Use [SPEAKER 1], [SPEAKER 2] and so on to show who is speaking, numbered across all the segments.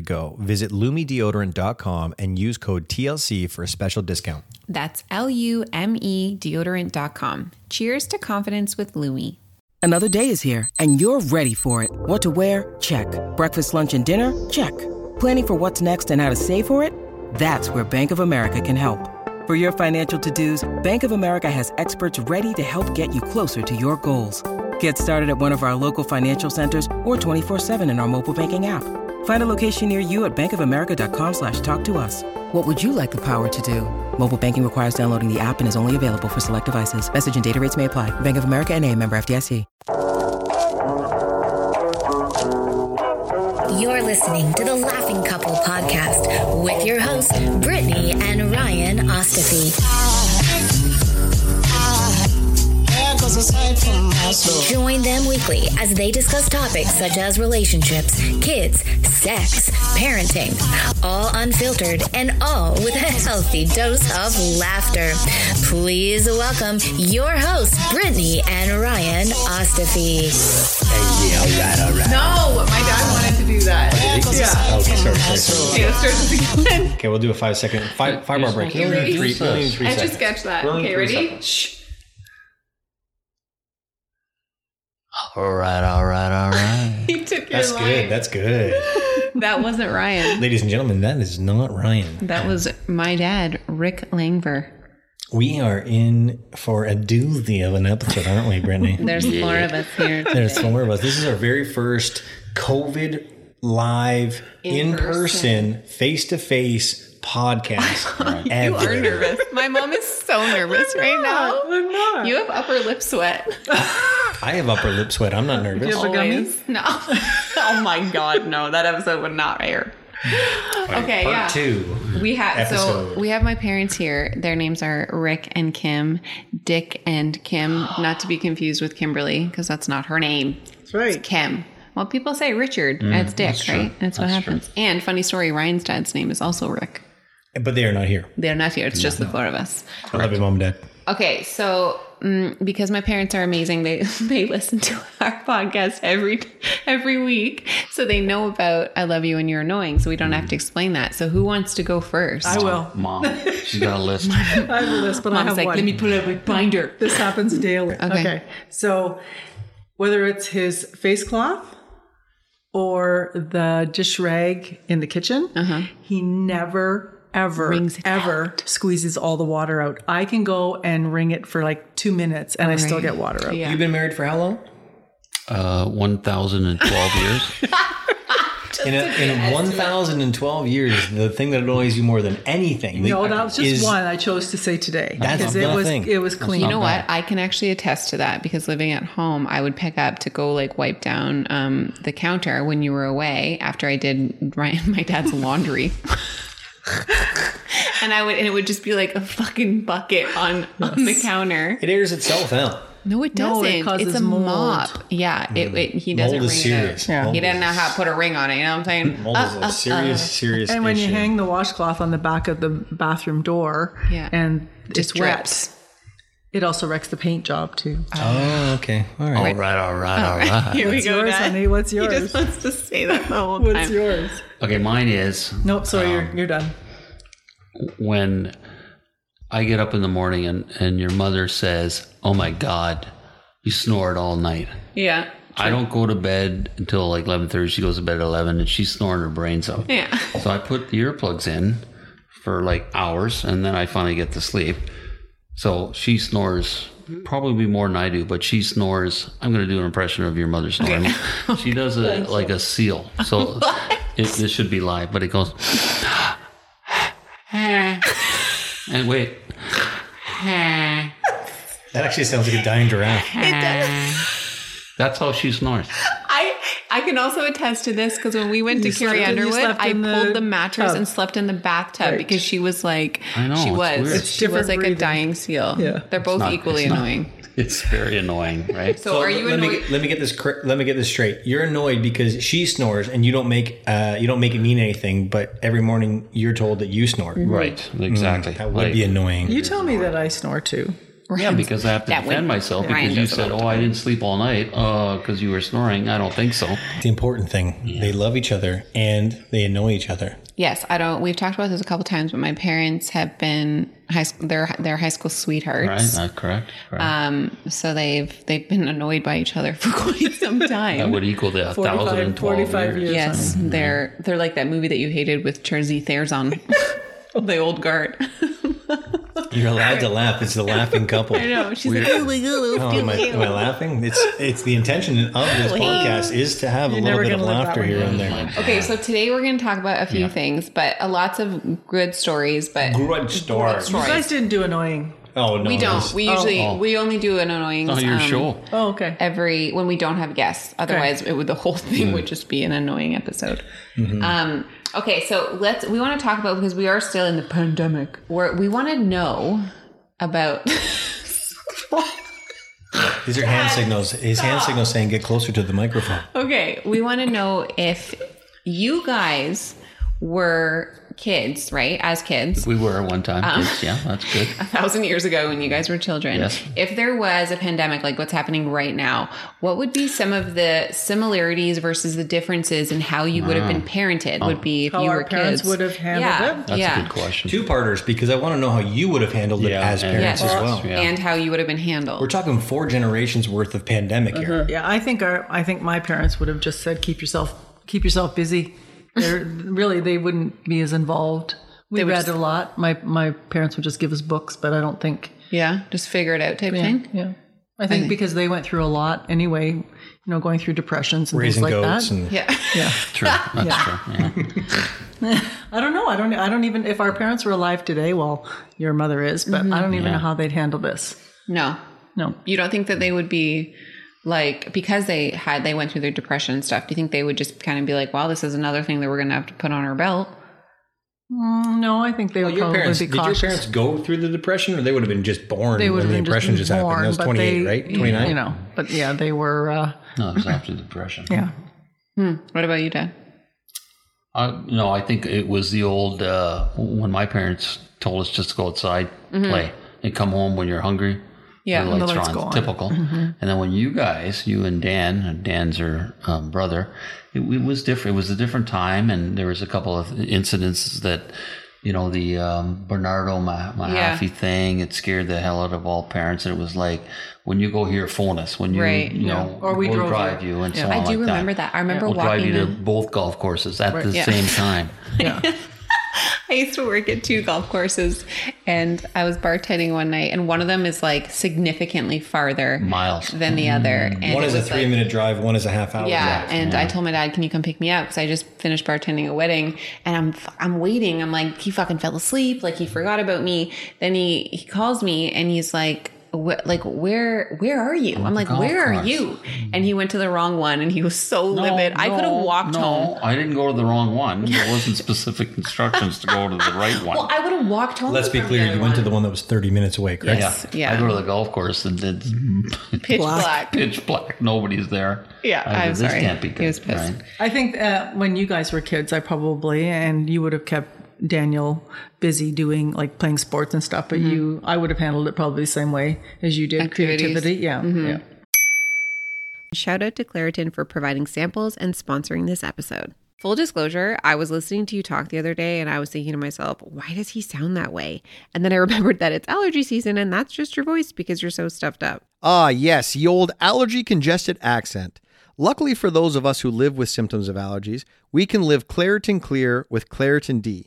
[SPEAKER 1] go. Visit lumideodorant.com and use code TLC for a special discount.
[SPEAKER 2] That's L U M E deodorant.com. Cheers to confidence with Lumi.
[SPEAKER 3] Another day is here, and you're ready for it. What to wear? Check. Breakfast, lunch, and dinner? Check. Planning for what's next and how to save for it? That's where Bank of America can help. For your financial to dos, Bank of America has experts ready to help get you closer to your goals. Get started at one of our local financial centers or 24-7 in our mobile banking app. Find a location near you at bankofamerica.com slash talk to us. What would you like the power to do? Mobile banking requires downloading the app and is only available for select devices. Message and data rates may apply. Bank of America and a member FDIC.
[SPEAKER 4] You're listening to the Laughing Couple podcast with your hosts, Brittany and Ryan Ostafy.
[SPEAKER 5] Cause aside from my soul.
[SPEAKER 4] Join them weekly as they discuss topics such as relationships, kids, sex, parenting, all unfiltered and all with a healthy dose of laughter. Please welcome your hosts, Brittany and Ryan Ostafy.
[SPEAKER 6] No, my dad wanted to do that. Yeah.
[SPEAKER 1] Okay, sorry, sorry, sorry.
[SPEAKER 6] Okay, let's start this again.
[SPEAKER 1] Okay, we'll do a five second, five, five hour break.
[SPEAKER 6] We're only in
[SPEAKER 1] Three,
[SPEAKER 6] three-
[SPEAKER 1] we're only in three
[SPEAKER 6] I
[SPEAKER 1] seconds.
[SPEAKER 6] just sketched that.
[SPEAKER 1] We're only in
[SPEAKER 6] Okay,
[SPEAKER 1] three
[SPEAKER 6] ready?
[SPEAKER 1] seconds.
[SPEAKER 6] Shh.
[SPEAKER 5] All right, all right, all right.
[SPEAKER 6] He took your
[SPEAKER 1] That's
[SPEAKER 6] line.
[SPEAKER 1] good. That's good.
[SPEAKER 6] that wasn't Ryan.
[SPEAKER 1] Ladies and gentlemen, that is not Ryan.
[SPEAKER 6] That was my dad, Rick Langver.
[SPEAKER 1] We are in for a doozy of an episode, aren't we, Brittany?
[SPEAKER 6] There's four of us here.
[SPEAKER 1] There's four of us. This is our very first COVID live,
[SPEAKER 6] In
[SPEAKER 1] in person, face to face podcast ever.
[SPEAKER 6] You are nervous. My mom is so nervous right now. You have upper lip sweat.
[SPEAKER 1] I have upper lip sweat. I'm not nervous.
[SPEAKER 6] Always. No. oh my god, no. That episode would not air. Okay,
[SPEAKER 1] Part
[SPEAKER 6] yeah.
[SPEAKER 1] two.
[SPEAKER 6] We have
[SPEAKER 1] episode.
[SPEAKER 6] so we have my parents here. Their names are Rick and Kim, Dick and Kim, not to be confused with Kimberly because that's not her name. That's right, Kim. Well, people say Richard. Mm, that's Dick, right? That's, what happens. And funny story, Ryan's dad's name is also Rick.
[SPEAKER 1] But they are not here.
[SPEAKER 6] They're not here. It's just the four of us.
[SPEAKER 1] I love you, mom and dad.
[SPEAKER 6] Okay, so mm, because my parents are amazing, they they listen to our podcast every every week, so they know about "I love you" and "You're annoying," so we don't have to explain that. So who wants to go first?
[SPEAKER 7] I will.
[SPEAKER 5] Mom, she's got a list.
[SPEAKER 7] I have a list, but I
[SPEAKER 6] Mom's
[SPEAKER 7] have
[SPEAKER 6] like,
[SPEAKER 7] one.
[SPEAKER 6] let me put up a binder.
[SPEAKER 7] this happens daily.
[SPEAKER 6] Okay.
[SPEAKER 7] So whether it's his face cloth or the dish rag in the kitchen, he never, ever,
[SPEAKER 6] Uh-huh. Wrings it
[SPEAKER 7] ever squeezes all the water out. I can go and wring it for like two minutes and I still get water out.
[SPEAKER 6] Yeah.
[SPEAKER 1] You've been married for how long?
[SPEAKER 5] Uh, 1,012 years.
[SPEAKER 1] In, a, in 1,012 years, the thing that annoys you more than anything
[SPEAKER 7] No, that was just
[SPEAKER 1] is-
[SPEAKER 7] one I chose to say today
[SPEAKER 1] That's
[SPEAKER 7] because
[SPEAKER 1] not
[SPEAKER 7] it
[SPEAKER 1] a
[SPEAKER 7] was
[SPEAKER 1] thing.
[SPEAKER 7] it was clean.
[SPEAKER 6] You know what? I can actually attest to that because living at home, I would pick up to go like wipe down um, the counter when you were away after I did Ryan, my dad's laundry. and I would, and it would just be like a fucking bucket on on the counter.
[SPEAKER 1] It airs itself out.
[SPEAKER 6] No, it
[SPEAKER 7] No,
[SPEAKER 6] doesn't.
[SPEAKER 7] it
[SPEAKER 6] it's
[SPEAKER 7] causes
[SPEAKER 6] a
[SPEAKER 7] mold.
[SPEAKER 6] mop. Yeah, it, it he doesn't
[SPEAKER 1] Mold
[SPEAKER 6] ring
[SPEAKER 1] is serious.
[SPEAKER 6] it out.
[SPEAKER 1] Yeah.
[SPEAKER 6] He doesn't know how to put a ring on it. You know what I'm saying? Uh,
[SPEAKER 1] Mold is a serious, serious
[SPEAKER 7] And when
[SPEAKER 1] issue.
[SPEAKER 7] you hang the washcloth on the back of the bathroom door
[SPEAKER 6] Yeah.
[SPEAKER 7] and
[SPEAKER 6] Just
[SPEAKER 7] it's
[SPEAKER 6] rips.
[SPEAKER 7] wet, it also wrecks the paint job too.
[SPEAKER 1] oh, okay. All right.
[SPEAKER 5] All right, all right, all right.
[SPEAKER 6] Here we
[SPEAKER 7] What's yours, honey? What's
[SPEAKER 6] He
[SPEAKER 7] yours?
[SPEAKER 6] just wants to say that the whole
[SPEAKER 7] What's
[SPEAKER 6] time.
[SPEAKER 7] yours?
[SPEAKER 5] Okay, mine is
[SPEAKER 7] Nope, sorry, you're, you're done.
[SPEAKER 5] when I get up in the morning and, and your mother says, Oh my God, you snored all night.
[SPEAKER 6] Yeah.
[SPEAKER 5] I don't go to bed until like 11.30. She goes to bed at 11 and she's snoring her brains out.
[SPEAKER 6] Yeah.
[SPEAKER 5] So I put the earplugs in for like hours and then I finally get to sleep. So she snores probably more than I do, but she snores. I'm going to do an impression of your mother snoring. she does a like a seal. So it, this should be live, but it goes. and wait,
[SPEAKER 1] That actually sounds like a dying giraffe.
[SPEAKER 5] that's how she snores.
[SPEAKER 6] I I can also attest to this because when we went to
[SPEAKER 7] You slept
[SPEAKER 6] Carrie
[SPEAKER 7] in- you
[SPEAKER 6] Underwood,
[SPEAKER 7] slept
[SPEAKER 6] I
[SPEAKER 7] in the
[SPEAKER 6] pulled the mattress
[SPEAKER 7] tub.
[SPEAKER 6] and slept in the bathtub
[SPEAKER 7] Right.
[SPEAKER 6] because she was like
[SPEAKER 5] I know,
[SPEAKER 6] she
[SPEAKER 5] it's
[SPEAKER 6] was
[SPEAKER 5] weird. It's
[SPEAKER 6] she was
[SPEAKER 7] different
[SPEAKER 6] like a
[SPEAKER 7] breathing.
[SPEAKER 6] dying seal.
[SPEAKER 7] Yeah.
[SPEAKER 6] They're both
[SPEAKER 5] not-
[SPEAKER 6] equally
[SPEAKER 5] it's not-
[SPEAKER 6] annoying.
[SPEAKER 5] It's very annoying, right?
[SPEAKER 6] So, are you
[SPEAKER 1] let
[SPEAKER 6] annoyed?
[SPEAKER 1] me let me get this cor- let me get this straight. You're annoyed because she snores and you don't make uh, you don't make it mean anything, but every morning you're told that you snore.
[SPEAKER 6] Mm.
[SPEAKER 5] right, exactly.
[SPEAKER 1] Mm, That would
[SPEAKER 5] Like,
[SPEAKER 1] be annoying.
[SPEAKER 7] You tell me that I snore too.
[SPEAKER 5] Yeah, because I have to
[SPEAKER 6] That
[SPEAKER 5] defend
[SPEAKER 6] would-
[SPEAKER 5] myself
[SPEAKER 6] Ryan
[SPEAKER 5] because you
[SPEAKER 6] does it
[SPEAKER 5] said, "Oh, I didn't sleep all night because you were snoring." I don't think so.
[SPEAKER 1] the important thing. They love each other and they annoy each other.
[SPEAKER 6] Yes, I don't. We've talked about this a couple times, but my parents have been high school. They're they're high school
[SPEAKER 5] Right?
[SPEAKER 6] sweethearts,
[SPEAKER 5] Not Uh, correct. correct.
[SPEAKER 6] Uh, Um, so they've they've been annoyed by each other for quite some
[SPEAKER 5] that
[SPEAKER 6] time.
[SPEAKER 5] would equal the
[SPEAKER 7] 45,
[SPEAKER 5] 1,012
[SPEAKER 7] 45
[SPEAKER 5] years.
[SPEAKER 7] years.
[SPEAKER 6] yes, they're they're like that movie that you hated with Jersey Thayer's on the old guard.
[SPEAKER 1] You're allowed to laugh. It's the laughing couple.
[SPEAKER 6] I know she's like, "Ooh, ooh, ooh,
[SPEAKER 1] Oh, am, I, am I laughing? It's it's the intention of this podcast is to have a little
[SPEAKER 7] never
[SPEAKER 1] bit of
[SPEAKER 7] gonna live that
[SPEAKER 1] laughter
[SPEAKER 7] one
[SPEAKER 1] here and
[SPEAKER 5] Oh,
[SPEAKER 1] there.
[SPEAKER 5] my
[SPEAKER 6] Okay, so today we're going to talk about a few things, but uh, lots of good stories. But
[SPEAKER 1] Grudge store.
[SPEAKER 7] You guys didn't do annoying.
[SPEAKER 1] Oh no,
[SPEAKER 6] we don't.
[SPEAKER 1] this-
[SPEAKER 6] We usually we only do an annoying um,
[SPEAKER 5] Oh, your show.
[SPEAKER 7] Oh, okay.
[SPEAKER 6] every when we don't have guests. Otherwise, it would the whole thing would just be an annoying episode. Um, okay, so let's we want to talk about because we are still in the pandemic. Where we want to know about.
[SPEAKER 1] these are hand signals. His hand signal saying get closer to the microphone.
[SPEAKER 6] Okay, we want to know if you guys were kids, right? As kids,
[SPEAKER 5] We were at one time. kids. Yeah, that's good.
[SPEAKER 6] thousand years ago when you guys were children,
[SPEAKER 5] Yes.
[SPEAKER 6] if there was a pandemic like what's happening right now, what would be some of the similarities versus the differences in how you would have been parented? Would be if
[SPEAKER 7] How
[SPEAKER 6] you
[SPEAKER 7] our
[SPEAKER 6] were
[SPEAKER 7] parents
[SPEAKER 6] kids.
[SPEAKER 7] would have handled
[SPEAKER 6] yeah,
[SPEAKER 7] it?
[SPEAKER 5] Oh. That's
[SPEAKER 6] yeah.
[SPEAKER 5] a good question.
[SPEAKER 1] Two parters because I want to know how you would have handled it
[SPEAKER 5] Yeah,
[SPEAKER 1] as
[SPEAKER 5] and-
[SPEAKER 1] parents
[SPEAKER 6] Yes.
[SPEAKER 1] as well.
[SPEAKER 5] Yeah.
[SPEAKER 6] and how you would have been handled.
[SPEAKER 1] We're talking four generations worth of pandemic here.
[SPEAKER 7] Yeah, I think our I think my parents would have just said keep yourself keep yourself busy. They're, really, they wouldn't be as involved. We
[SPEAKER 6] would
[SPEAKER 7] read
[SPEAKER 6] just-
[SPEAKER 7] a lot. My my parents would just give us books, but I don't think
[SPEAKER 6] yeah, just figure it out type thing.
[SPEAKER 7] Yeah. I think because they went through a lot anyway, you know, going through depressions and
[SPEAKER 1] Raising
[SPEAKER 7] things like
[SPEAKER 1] goats
[SPEAKER 7] that.
[SPEAKER 1] and
[SPEAKER 6] Yeah,
[SPEAKER 7] yeah.
[SPEAKER 5] True. That's true. Yeah.
[SPEAKER 7] I don't know. I don't I don't even if our parents were alive today, well, your mother is, but I don't even know how they'd handle this.
[SPEAKER 6] no,
[SPEAKER 7] No.
[SPEAKER 6] you don't think that they would be like because they had they went through their depression and stuff. Do you think they would just kind of be like, "Wow, this is another thing that we're going to have to put on our belt"?
[SPEAKER 7] Mm, No, I think they would
[SPEAKER 1] your
[SPEAKER 7] probably
[SPEAKER 1] parents,
[SPEAKER 7] be
[SPEAKER 1] did your
[SPEAKER 7] cautious.
[SPEAKER 1] parents go through the depression or they would have been just born
[SPEAKER 7] they would
[SPEAKER 1] when
[SPEAKER 7] have
[SPEAKER 1] the
[SPEAKER 7] been
[SPEAKER 1] depression just, happened? That was
[SPEAKER 7] born, but
[SPEAKER 1] 28,
[SPEAKER 7] they-
[SPEAKER 1] right? 29?
[SPEAKER 7] You know, but yeah, they were uh,
[SPEAKER 5] No, it was after the depression.
[SPEAKER 7] yeah.
[SPEAKER 6] Hmm. What about you, Dad?
[SPEAKER 5] Uh, no, I think it was the old uh, when my parents told us just to go outside, play, and come home when you're hungry.
[SPEAKER 6] Yeah,
[SPEAKER 5] the
[SPEAKER 6] and
[SPEAKER 5] lights,
[SPEAKER 7] the lights
[SPEAKER 5] are
[SPEAKER 7] go
[SPEAKER 5] on.
[SPEAKER 7] on.
[SPEAKER 5] Typical.
[SPEAKER 6] Mm-hmm.
[SPEAKER 5] And then when you guys, you and Dan, and Dan's your um, brother, it, it was different. It was a different time, and there was a couple of incidents that, you know, the um, Bernardo Ma- Mahaffey thing. It scared the hell out of all parents, and it was like when you go here, phone us. When you,
[SPEAKER 6] Right.
[SPEAKER 5] you know,
[SPEAKER 7] Or we
[SPEAKER 5] we'll
[SPEAKER 7] drove
[SPEAKER 5] drive you, and so on.
[SPEAKER 6] I do
[SPEAKER 5] like
[SPEAKER 6] remember that. I remember
[SPEAKER 5] We'll drive
[SPEAKER 6] walking
[SPEAKER 5] you to
[SPEAKER 6] in-
[SPEAKER 5] both golf courses at the
[SPEAKER 6] Yeah.
[SPEAKER 5] same time.
[SPEAKER 6] I used to work at two golf courses and I was bartending one night and one of them is like significantly farther
[SPEAKER 5] Miles.
[SPEAKER 6] than the other. And
[SPEAKER 1] Mm. One
[SPEAKER 6] it
[SPEAKER 1] is a
[SPEAKER 6] was,
[SPEAKER 1] three
[SPEAKER 6] like-
[SPEAKER 1] minute drive, one is a half hour
[SPEAKER 6] Yeah,
[SPEAKER 1] drive.
[SPEAKER 6] and I told my dad, "Can you come pick me up?" Because I just finished bartending a wedding, and I'm f- I'm waiting. I'm like, he fucking fell asleep, like he forgot about me. Then he he calls me, and he's like, "Wh- like where where are you?" I'm like,
[SPEAKER 5] golf
[SPEAKER 6] "Where are
[SPEAKER 5] course."
[SPEAKER 6] you?" And he went to the wrong one, and he was so livid. I could have walked
[SPEAKER 5] no,
[SPEAKER 6] home.
[SPEAKER 5] I didn't go to the wrong one. There wasn't specific instructions to go to the right one.
[SPEAKER 6] Well, I would have walked home.
[SPEAKER 1] Let's be
[SPEAKER 6] from
[SPEAKER 1] clear,
[SPEAKER 6] the
[SPEAKER 1] you
[SPEAKER 6] other
[SPEAKER 1] went to the one that was 30 minutes away, correct?
[SPEAKER 5] yeah.
[SPEAKER 6] yeah.
[SPEAKER 5] I go to the golf course and it's
[SPEAKER 6] pitch black.
[SPEAKER 5] pitch black. Nobody's there.
[SPEAKER 6] Yeah,
[SPEAKER 5] I go,
[SPEAKER 6] I'm
[SPEAKER 5] this
[SPEAKER 6] sorry.
[SPEAKER 5] can't be
[SPEAKER 6] He
[SPEAKER 5] good.
[SPEAKER 6] was pissed.
[SPEAKER 5] right?
[SPEAKER 7] I think uh, when you guys were kids, I probably and you would have kept Daniel busy doing like playing sports and stuff.
[SPEAKER 1] Mm-hmm.
[SPEAKER 7] But you, I would have handled it probably the same way as you did
[SPEAKER 6] Activities.
[SPEAKER 7] creativity. Yeah,
[SPEAKER 1] Mm-hmm.
[SPEAKER 7] yeah.
[SPEAKER 6] Shout out to Claritin for providing samples and sponsoring this episode. Full disclosure, I was listening to you talk the other day and I was thinking to myself, why does he sound that way? And then I remembered that it's allergy season and that's just your voice because you're so stuffed up.
[SPEAKER 8] Ah, yes, the old allergy congested accent. Luckily for those of us who live with symptoms of allergies, we can live Claritin Clear with Claritin D.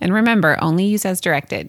[SPEAKER 2] And remember, only use as directed.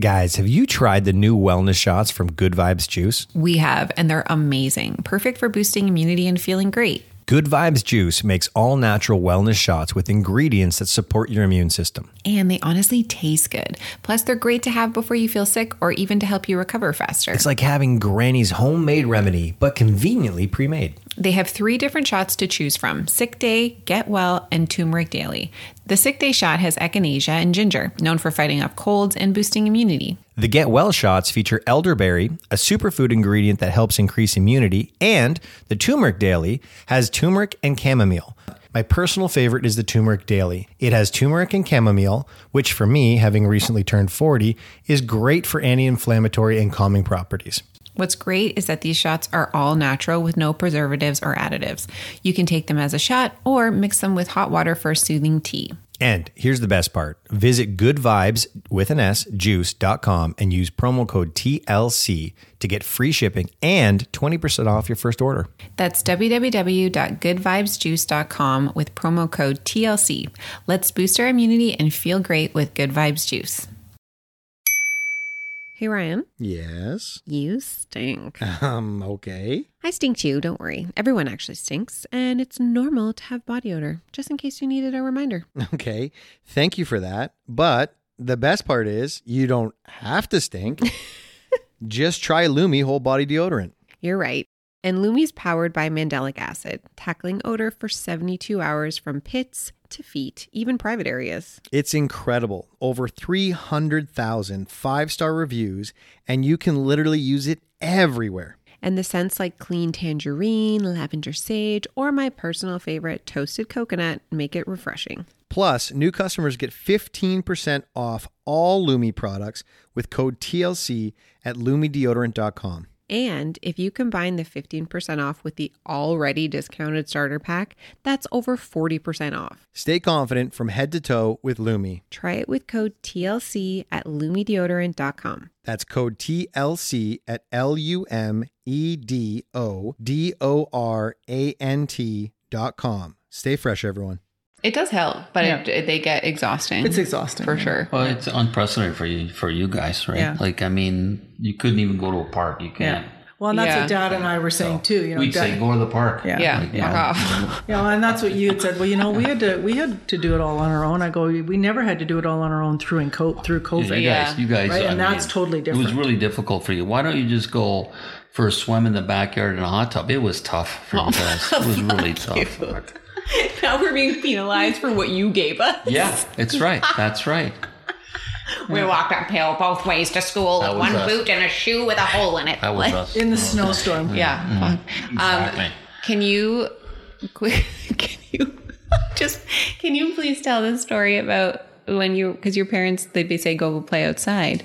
[SPEAKER 9] Guys, have you tried the new wellness shots from Good Vibes Juice?
[SPEAKER 2] We have, and they're amazing. Perfect for boosting immunity and feeling great.
[SPEAKER 9] Good Vibes Juice makes all natural wellness shots with ingredients that support your immune system.
[SPEAKER 2] And they honestly taste good. Plus, they're great to have before you feel sick or even to help you recover faster.
[SPEAKER 9] It's like having Granny's homemade remedy, but conveniently pre made.
[SPEAKER 2] They have three different shots to choose from sick day, get well, and turmeric daily. The sick day shot has echinacea and ginger, known for fighting off colds and boosting immunity.
[SPEAKER 9] The Get Well shots feature elderberry, a superfood ingredient that helps increase immunity, and the Turmeric Daily has turmeric and chamomile. My personal favorite is the Turmeric Daily. It has turmeric and chamomile, which for me, having recently turned 40, is great for anti inflammatory and calming properties.
[SPEAKER 2] What's great is that these shots are all natural with no preservatives or additives. You can take them as a shot or mix them with hot water for soothing tea.
[SPEAKER 9] And here's the best part visit Good Vibes with an S juice.com and use promo code TLC to get free shipping and 20% off your first order.
[SPEAKER 2] That's www.goodvibesjuice.com with promo code TLC. Let's boost our immunity and feel great with Good Vibes Juice.
[SPEAKER 6] Hey, Ryan,
[SPEAKER 8] Yes.
[SPEAKER 6] you stink.
[SPEAKER 8] Um, okay.
[SPEAKER 6] I stink too, don't worry. Everyone actually stinks, and it's normal to have body odor, just in case you needed a reminder.
[SPEAKER 8] Okay. Thank you for that. But the best part is you don't have to stink. Just try Lumi whole body deodorant.
[SPEAKER 6] You're right. And Lumi's powered by mandelic acid, tackling odor for 72 hours from pits to feet, even private areas.
[SPEAKER 8] It's incredible. Over 300,000 five-star reviews and you can literally use it everywhere.
[SPEAKER 6] And the scents like clean tangerine, lavender sage, or my personal favorite, toasted coconut, make it refreshing.
[SPEAKER 8] Plus, new customers get 15% off all Lumi products with code TLC at lumideodorant.com.
[SPEAKER 6] And if you combine the 15% off with the already discounted starter pack, that's over 40% off.
[SPEAKER 8] Stay confident from head to toe with Lumi.
[SPEAKER 6] Try it with code TLC at lumideodorant.com.
[SPEAKER 8] That's code TLC at L U M E D O D O R A N T dot com. Stay fresh, everyone.
[SPEAKER 2] It does help, but
[SPEAKER 7] Yeah.
[SPEAKER 2] it, they get exhausting.
[SPEAKER 7] It's exhausting.
[SPEAKER 2] for sure.
[SPEAKER 5] Well, it's unprecedented for you for you guys, right?
[SPEAKER 7] Yeah.
[SPEAKER 5] Like I mean, you couldn't even go to a park. You can't.
[SPEAKER 7] Well, and that's what
[SPEAKER 2] Yeah.
[SPEAKER 7] Dad and I were saying too. You know,
[SPEAKER 5] We'd
[SPEAKER 7] Dad,
[SPEAKER 5] say go to the park.
[SPEAKER 7] Yeah.
[SPEAKER 2] Yeah,
[SPEAKER 5] Like,
[SPEAKER 2] fuck off.
[SPEAKER 7] you know, and that's what you had said. Well, you know, we had to we had to do it all on our own. I go, we never had to do it all on our own through and co- through
[SPEAKER 5] You
[SPEAKER 7] COVID.
[SPEAKER 5] guys, you guys,
[SPEAKER 7] Right, and that's totally
[SPEAKER 5] It was
[SPEAKER 7] different.
[SPEAKER 5] really difficult for you. Why don't you just go for a swim in the backyard in a hot tub? It was tough for you guys. It was really tough.
[SPEAKER 2] now we're being penalized for what you gave us.
[SPEAKER 5] Yeah, it's right. That's right.
[SPEAKER 2] We walked uphill both ways to school,
[SPEAKER 5] That
[SPEAKER 2] with
[SPEAKER 5] was
[SPEAKER 2] one
[SPEAKER 5] us.
[SPEAKER 2] boot and a shoe with a hole in it.
[SPEAKER 5] That was us.
[SPEAKER 7] In um, the snowstorm.
[SPEAKER 2] Yeah. fuck.
[SPEAKER 5] Exactly.
[SPEAKER 2] Um, can you, quick- can you, just, can you please tell the story about when you, because your parents, they'd be say, go play outside.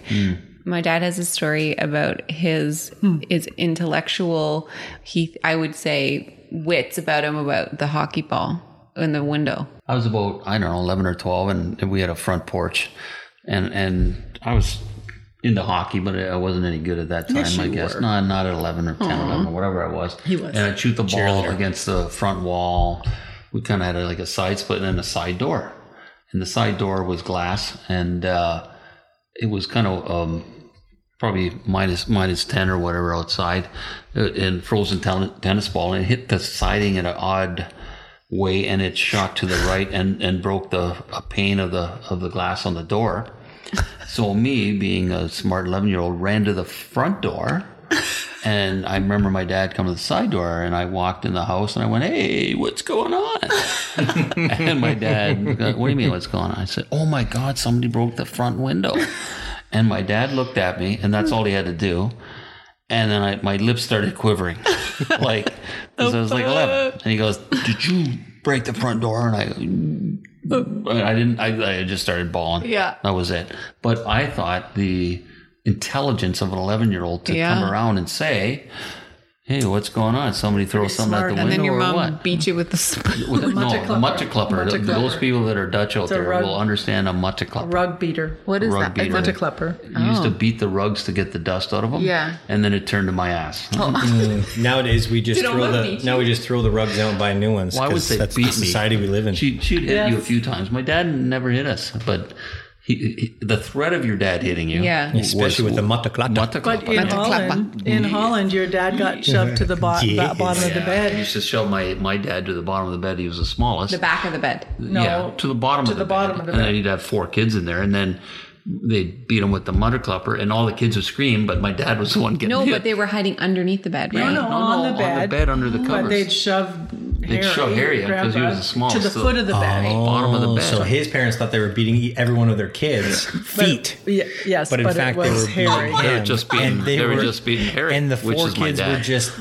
[SPEAKER 2] My dad has a story about his
[SPEAKER 7] Hmm.
[SPEAKER 2] his intellectual, he I would say wits about him about the hockey ball in the window.
[SPEAKER 5] I was about I don't know eleven or twelve, and we had a front porch, and and I was into hockey, but I wasn't any good at that time. I guess not not at eleven or 10, 11 or whatever I was. He was, and I'd shoot the ball against the front wall. We kind of had a, like a side split and then a side door, and the side door was glass, and uh, it was kind of um, probably minus minus ten or whatever outside, uh, and frozen ten- tennis ball, and it hit the siding in an odd way and it shot to the right and, and broke the a pane of the of the glass on the door. So me being a smart eleven year old ran to the front door And I remember my dad come to the side door, and I walked in the house, and I went, "Hey, what's going on?" and my dad, goes, "What do you mean, what's going on?" I said, "Oh my God, somebody broke the front window." And my dad looked at me, and
[SPEAKER 6] Hmm.
[SPEAKER 5] that's all he had to do. And then I, my lips started quivering, like 'cause I was like eleven. And he goes, "Did you break the front door?" And I, and I didn't. I, I just started bawling.
[SPEAKER 6] Yeah.
[SPEAKER 5] that was it. But I thought the intelligence of an eleven-year-old to
[SPEAKER 6] Yeah.
[SPEAKER 5] come around and say, "Hey, what's going on? Somebody throw something
[SPEAKER 7] smart.
[SPEAKER 5] out the
[SPEAKER 7] And
[SPEAKER 6] And
[SPEAKER 5] window
[SPEAKER 6] then your
[SPEAKER 5] or
[SPEAKER 6] mom
[SPEAKER 5] what?"
[SPEAKER 6] beat you with the spoon.
[SPEAKER 5] With- no,
[SPEAKER 7] Mutteklapper.
[SPEAKER 5] a mutterklapper. Th- Those
[SPEAKER 7] Mutterklapper.
[SPEAKER 5] people that are Dutch out
[SPEAKER 7] a
[SPEAKER 5] there
[SPEAKER 7] rug-
[SPEAKER 5] will understand a mutterklapper.
[SPEAKER 7] Rug beater.
[SPEAKER 6] What is
[SPEAKER 5] Rug
[SPEAKER 6] that?
[SPEAKER 5] beater.
[SPEAKER 7] Monte Klepper.
[SPEAKER 5] You used to beat the rugs to get the dust out of them.
[SPEAKER 6] Yeah.
[SPEAKER 5] and then it turned to my ass.
[SPEAKER 7] Oh.
[SPEAKER 1] Mm. Nowadays we just
[SPEAKER 6] They don't
[SPEAKER 1] throw
[SPEAKER 6] love
[SPEAKER 1] the
[SPEAKER 6] me.
[SPEAKER 1] now we just throw the rugs out and buy new ones.
[SPEAKER 5] Why would
[SPEAKER 1] 'cause
[SPEAKER 5] they
[SPEAKER 1] that's
[SPEAKER 5] beat
[SPEAKER 1] the
[SPEAKER 5] me?
[SPEAKER 1] society we live in?
[SPEAKER 5] She she'd hit you a
[SPEAKER 7] Yes.
[SPEAKER 5] few times. My dad never hit us, but he, he- the threat of your dad hitting you,
[SPEAKER 6] Yeah.
[SPEAKER 1] Especially with the mutterklapper.
[SPEAKER 7] But
[SPEAKER 5] mutterklapper.
[SPEAKER 7] in
[SPEAKER 5] yeah.
[SPEAKER 7] Holland, in Holland, your dad got shoved to the bo-
[SPEAKER 1] Yes.
[SPEAKER 7] bottom of the
[SPEAKER 5] Yeah, I
[SPEAKER 7] bed.
[SPEAKER 5] used to shove my, my dad to the bottom of the bed. He was the smallest.
[SPEAKER 6] The back of the bed.
[SPEAKER 7] No,
[SPEAKER 5] yeah, to the bottom
[SPEAKER 7] to
[SPEAKER 5] of the,
[SPEAKER 7] the bottom
[SPEAKER 5] bed.
[SPEAKER 7] of the
[SPEAKER 5] And then
[SPEAKER 7] bed.
[SPEAKER 5] he'd have four kids in there, and then they'd beat him with the mutterklapper, and all the kids would scream, but my dad was the one getting
[SPEAKER 6] No,
[SPEAKER 5] hit.
[SPEAKER 6] but they were hiding underneath the bed, right?
[SPEAKER 7] No, no, on the bed.
[SPEAKER 5] on the bed under the covers.
[SPEAKER 7] But they'd shove Harry,
[SPEAKER 5] shove Harry up 'cause he
[SPEAKER 7] Grandpa,
[SPEAKER 5] was the smallest,
[SPEAKER 7] to the
[SPEAKER 5] so-
[SPEAKER 7] foot of the bed.
[SPEAKER 5] bottom of the bed.
[SPEAKER 1] Oh. So his parents thought they were beating e, every one of their kids' feet.
[SPEAKER 7] Ye- yes,
[SPEAKER 1] but in
[SPEAKER 7] it
[SPEAKER 1] fact,
[SPEAKER 7] was
[SPEAKER 1] they were
[SPEAKER 7] Harry.
[SPEAKER 1] beating
[SPEAKER 5] They were
[SPEAKER 1] him,
[SPEAKER 5] just beating-
[SPEAKER 1] and
[SPEAKER 5] they were just beating Harry,
[SPEAKER 1] and the
[SPEAKER 5] which
[SPEAKER 1] four
[SPEAKER 5] is my
[SPEAKER 1] kids
[SPEAKER 5] dad.
[SPEAKER 1] were just